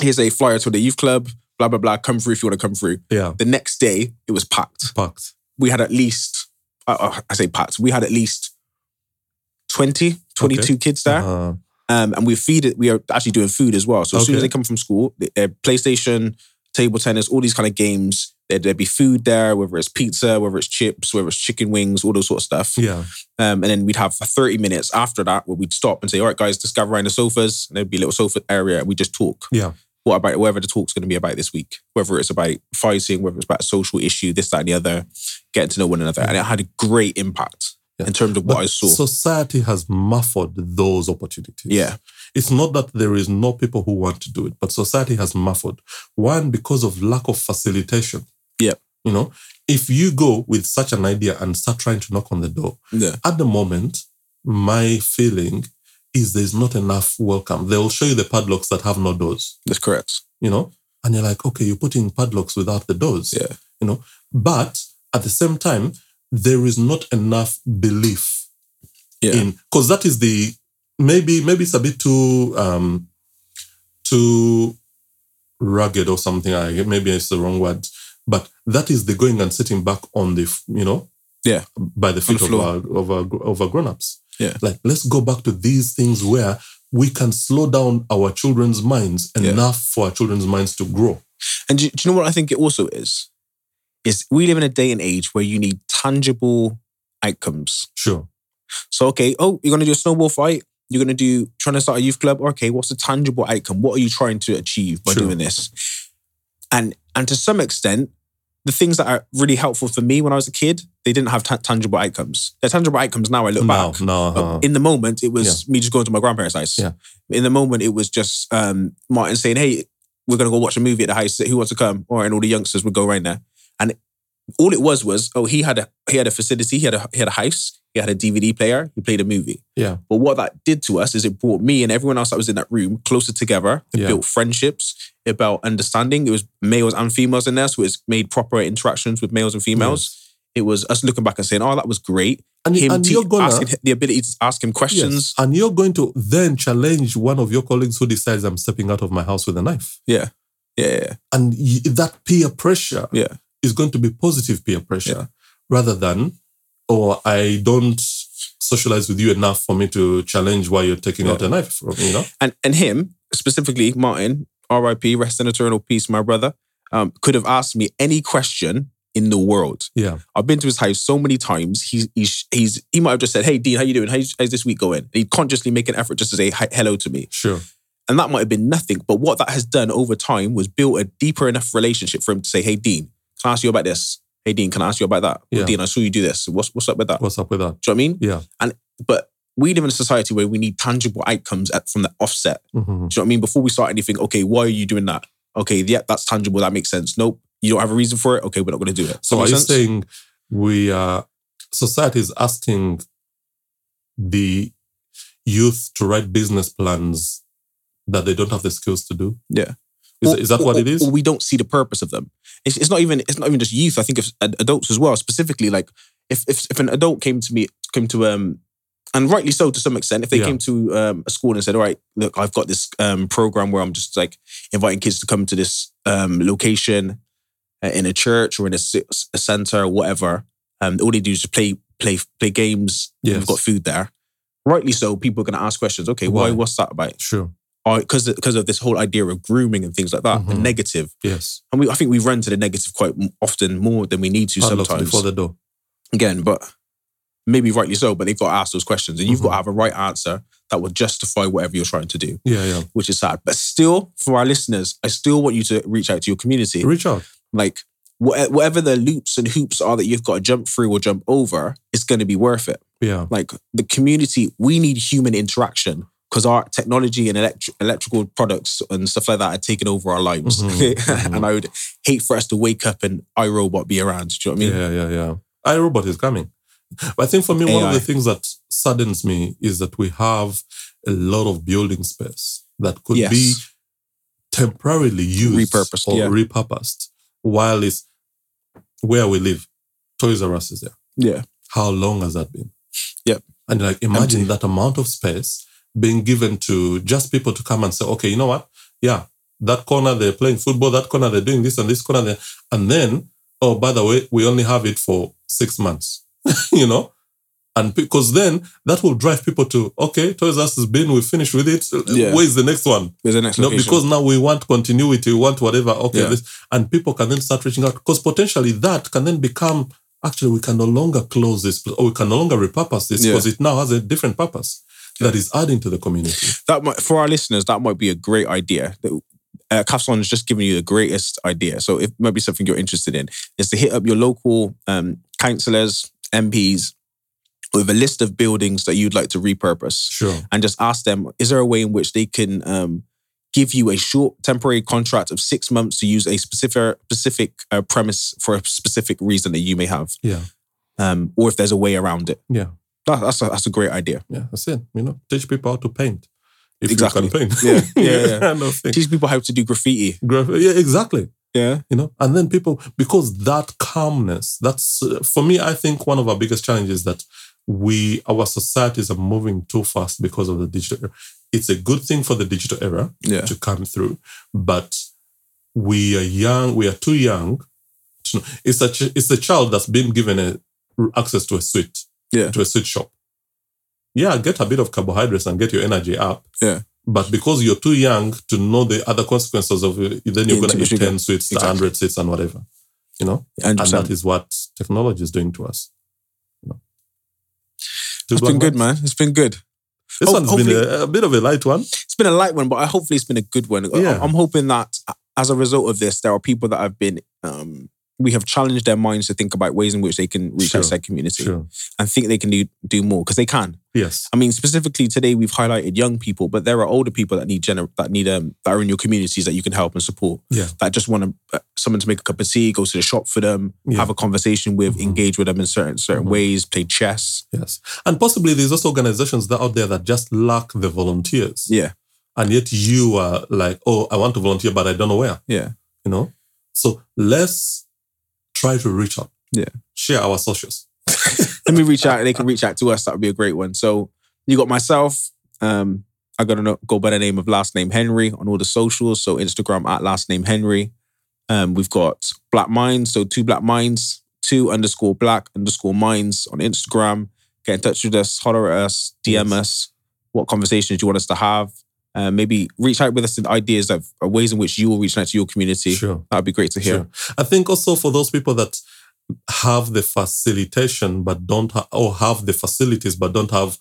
here's a flyer to the youth club. Blah blah blah. Come through if you want to come through.
yeah.
The next day, it was packed.
Packed.
We had at least, uh, uh, I say packed. We had at least 20, 22 kids there.
Uh,
Um, and we feed it. We are actually doing food as well. So as soon
Okay.
as they come from school, they- uh, PlayStation, table tennis, all these kind of games. There, there'd be food there, whether it's pizza, whether it's chips, whether it's chicken wings, all those sort of stuff.
yeah.
Um, and then we'd have 30 minutes after that where we'd stop and say, all right, guys, just gather around the sofas. And there'd be a little sofa area and we just talk.
Yeah.
What about whatever the talk's going to be about this week, whether it's about fighting, whether it's about a social issue, this, that, and the other, getting to know one another. And it had a great impact
Yeah.
in terms of what
But
I saw.
Society has muffled those opportunities.
yeah.
It's not that there is no people who want to do it, but society has muffled. One, because of lack of facilitation.
Yep.
You know, if you go with such an idea and start trying to knock on the door,
Yeah.
at the moment, my feeling is there's not enough welcome. They'll show you the padlocks that have no doors,
That's correct.
you know? And you're like, okay, you're putting padlocks without the doors.
Yeah.
You know, but at the same time, there is not enough belief
Yeah.
in because that is the maybe maybe it's a bit too um too rugged or something. I maybe it's the wrong word, but that is the going and sitting back on the f- you know
Yeah.
by the feet of
floor.
our of our gr- of our grown ups.
Yeah.
like let's go back to these things where we can slow down our children's minds
Yeah.
enough for our children's minds to grow.
And do, do you know what I think it also is? Is we live in a day and age where you need tangible outcomes.
Sure.
So okay, oh, you're gonna do a snowball fight. You're gonna do trying to start a youth club. Okay, what's the tangible outcome? What are you trying to achieve by
Sure.
doing this? And and to some extent, the things that are really helpful for me when I was a kid, they didn't have ta- tangible outcomes. They're tangible outcomes now. I look
No,
back.
no.
But
uh,
in the moment, it was me just going to my grandparents' house.
Yeah.
In the moment, it was just um, Martin saying, "Hey, we're gonna go watch a movie at the house. Who wants to come?" Or and all the youngsters would go right there. And all it was was, oh, he had a he had a facility, he had a he had a house, he had a DVD player, he played a movie.
Yeah.
But what that did to us is it brought me and everyone else that was in that room closer together. It
Yeah.
built friendships, it built understanding. It was males and females in there, so it's made proper interactions with males and females. It was us looking back and saying, "Oh, that was great."
And,
him
and
to
you're gonna
asking, the ability to ask him questions.
Yes, and you're going to then challenge one of your colleagues who decides I'm stepping out of my house with a knife.
Yeah, yeah, yeah.
And y- that peer pressure
Yeah.
is going to be positive peer pressure rather than, oh, I don't socialize with you enough for me to challenge why you're taking
Yeah.
out a knife from me, you know?
And and him specifically, Martin, R.I.P. Rest in eternal peace, my brother. Um, could have asked me any question in the world.
Yeah.
I've been to his house so many times. He's he's, he's he might have just said, "Hey, Dean, how you doing? How's, how's this week going?" He'd consciously make an effort just to say hi, hello to me,
Sure.
and that might have been nothing. But what that has done over time was built a deeper enough relationship for him to say, "Hey, Dean, can I ask you about this? Hey, Dean, can I ask you about that? Well,
Yeah.
Dean, I saw you do this. What's what's up with that?
What's up with that?
Do you know what I mean?
Yeah.
But we live in a society where we need tangible outcomes at, from the offset.
Mhm.
Do you know what I mean? Before we start anything, okay, why are you doing that? Okay, yeah, that's tangible. That makes sense. Nope, you don't have a reason for it. Okay, we're not going to do it.
So
Does
are
that make
you
sense?
saying we are society is asking the youth to write business plans that they don't have the skills to do?
Yeah.
Is,
Or-
is that what
or-
it is?
Or we don't see the purpose of them. It's, it's not even. It's not even just youth. I think of ad- adults as well. Specifically, like if if if an adult came to me, came to um. And rightly so, to some extent. If they
Yeah.
came to um, a school and said, "All right, look, I've got this um, program where I'm just like inviting kids to come to this um, location uh, in a church or in a, ci- a center or whatever," um, all they do is just play play play games. and
Yes.
We've got food there. Rightly so, people are going to ask questions. Okay,
Why?
why? What's that about?
Sure.
because because of this whole idea of grooming and things like that, the
Mhm.
negative.
Yes.
And we, I think we run to the negative quite m- often more than we need to
Padlocks
sometimes.
before the door.
Again, but maybe rightly so. But they've got to ask those questions, and you've
Mm-hmm.
got to have a right answer that will justify whatever you're trying to do,
Yeah, yeah.
which is sad. But still, for our listeners, I still want you to reach out to your community.
Reach out.
Like wha- whatever the loops and hoops are that you've got to jump through or jump over, it's going to be worth it
Yeah.
like the community we need human interaction because our technology and elect- electrical products and stuff like that are taking over our lives
Mhm, mhm.
(laughs) and i would hate for us to wake up and irobot be around do you know what i mean
Yeah, yeah, yeah. iRobot is coming. But I think for me, one of
AI.
the things that saddens me is that we have a lot of building space that could
Yes.
be temporarily used
Repurposed,
or
yeah.
repurposed while it's where we live. Toys R Us is there.
yeah
How long has that been?
Yep.
And like imagine
Empty.
that amount of space being given to just people to come and say, okay, you know what? Yeah, that corner they're playing football, that corner they're doing this and this corner there. And then, oh, by the way, we only have it for six months, (laughs) you know? And because then that will drive people to, okay, Toys R Us has been, we finished with it.
Yeah.
Where's the next one?
there's an next
No,
location.
because now we want continuity, we want whatever. Okay,
Yeah.
this and people can then start reaching out because potentially that can then become actually we can no longer close this pl- or we can no longer repurpose this
Yeah.
because it now has a different purpose that is adding to the community.
that might for our listeners that might be a great idea That- uh, Cafson has just given you the greatest idea so it might be something you're interested in is to hit up your local um, councillors mps with a list of buildings that you'd like to repurpose
Sure.
and just ask them, is there a way in which they can um, give you a short temporary contract of six months to use a specific specific uh, premise for a specific reason that you may have,
Yeah.
um, or if there's a way around it.
Yeah.
That, that's a, that's a great idea.
Yeah. That's it. You know, teach people how to paint. If
Exactly.
you can (laughs) paint.
Yeah, yeah, yeah.
kind of thing.
Teach people how to do graffiti.
Graph- yeah, exactly.
Yeah,
you know and then people because that calmness that's uh, for me i think one of our biggest challenges is that we our societies are moving too fast because of the digital era it's a good thing for the digital era
yeah,
to come through but we are young we are too young to know. it's a ch- it's a child that's been given a, access to a sweet
Yeah.
to a sweet shop yeah get a bit of carbohydrates and get your energy up
Yeah.
but because you're too young to know the other consequences of it, then you're
Yeah,
going
too
to
much
eat
sugar.
10 sweets, to
Exactly.
100 sweets, and whatever. You know?
hundred
And that
percent.
is what technology is doing to us. You know?
It's been good, man. It's been good.
This
Ho-
one's been a, a bit of a light one.
It's been a light one, but I, hopefully it's been a good one. I-
Yeah.
I'm hoping that uh, as a result of this, there are people that have been. Um, we have challenged their minds to think about ways in which they can reach
Sure.
outside community and think they can do, do more because they can.
Yes.
I mean, specifically today we've highlighted young people, but there are older people that need gener- that need um that are in your communities that you can help and support.
Yeah.
That just want to, uh, someone to make a cup of tea, go to the shop for them,
Yeah.
have a conversation with,
Mhm.
engage with them in certain certain
Mhm.
ways, play chess.
Yes. And possibly there's also organizations that out there that just lack the volunteers.
Yeah,
And yet you are like, oh, I want to volunteer, but I don't know where.
yeah,
You know? So let's try to reach out.
Yeah.
Share our socials.
Let me reach out. They can reach out to us. That would be a great one. So you got myself. Um, I got to go by the name of last name Henry on all the socials. So Instagram at last name Henry. Um, we've got Black Minds. So two Black Minds, two underscore Black underscore Minds on Instagram. Get in touch with us. Holler at us. DM
Yes.
us. What conversations you want us to have? Uh, maybe reach out with us with ideas of of ways in which you will reach out to your community.
Sure.
That'd be great to hear.
Sure. I think also for those people that have the facilitation but don't ha- or have the facilities but don't have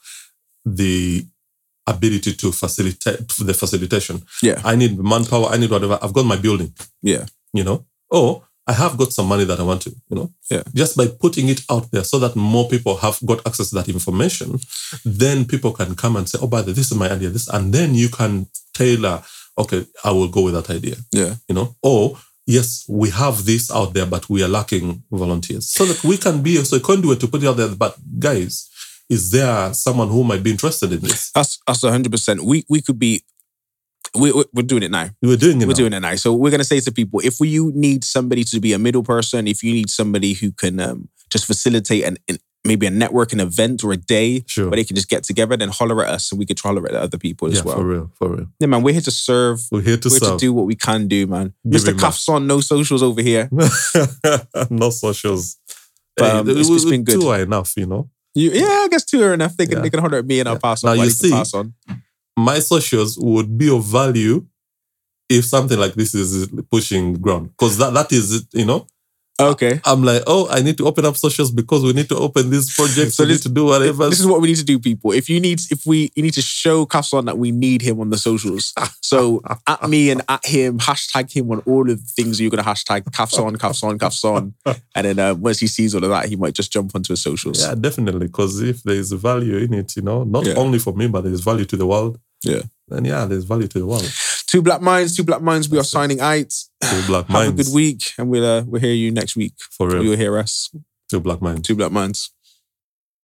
the ability to facilitate the facilitation.
Yeah.
I need manpower, I need whatever. I've got my building.
Yeah.
You know? Or I have got some money that I want to, you know?
Yeah.
Just by putting it out there so that more people have got access to that information, then people can come and say, oh, by the way, this is my idea, this, and then you can tailor, okay, I will go with that idea
Yeah.
you know or yes we have this out there but we are lacking volunteers so that we can be so a conduit to put it out there but guys is there someone who might be interested in this
That's that's hundred percent. We we could be. We, we- we're doing it now.
(laughs) we're doing it
we're
now.
doing it now. So we're gonna say to people, if you need somebody to be a middle person, if you need somebody who can um, just facilitate an, an maybe a networking event or a day
sure
where they can just get together, then holler at us and we can holler at other people
yeah
as well.
for real for real
Yeah, man, we're here to serve.
we're here to
we're here to
serve
do what we can do, man.
Give
Mr.
him a-
Cuffs on no socials over here.
(laughs) no socials Eh,
But, um, it's- it's been good.
two are enough you know
You, yeah, I guess two are enough. They can
Yeah.
they can holler at me and I'll
Yeah.
pass
Now
on.
you
while he can
see-
pass on.
my socials would be of value if something like this is pushing ground because that, that is it, you know
Okay.
i'm like oh i need to open up socials because we need to open
(laughs)
these projects
So
we
this-
need to do whatever
This is what we need to do, people. If you need, if we you need to show Kafson that we need him on the
(laughs)
socials. So at me and at him, hashtag him on all of the things you're gonna hashtag Kafson, Kafson,
(laughs)
Kafson. And then uh, once he sees all of that, he might just jump onto his socials.
Yeah, definitely. Because if there is value in it, you know, not
Yeah.
only for me, but there's value to the world.
Yeah.
Then yeah, there's value to the world.
Two black minds, two black minds. We are signing out. (sighs)
Two black
Have a
minds.
good week, and we'll uh, we'll hear you next week.
For real.
You'll hear us.
Two black minds.
Two black minds.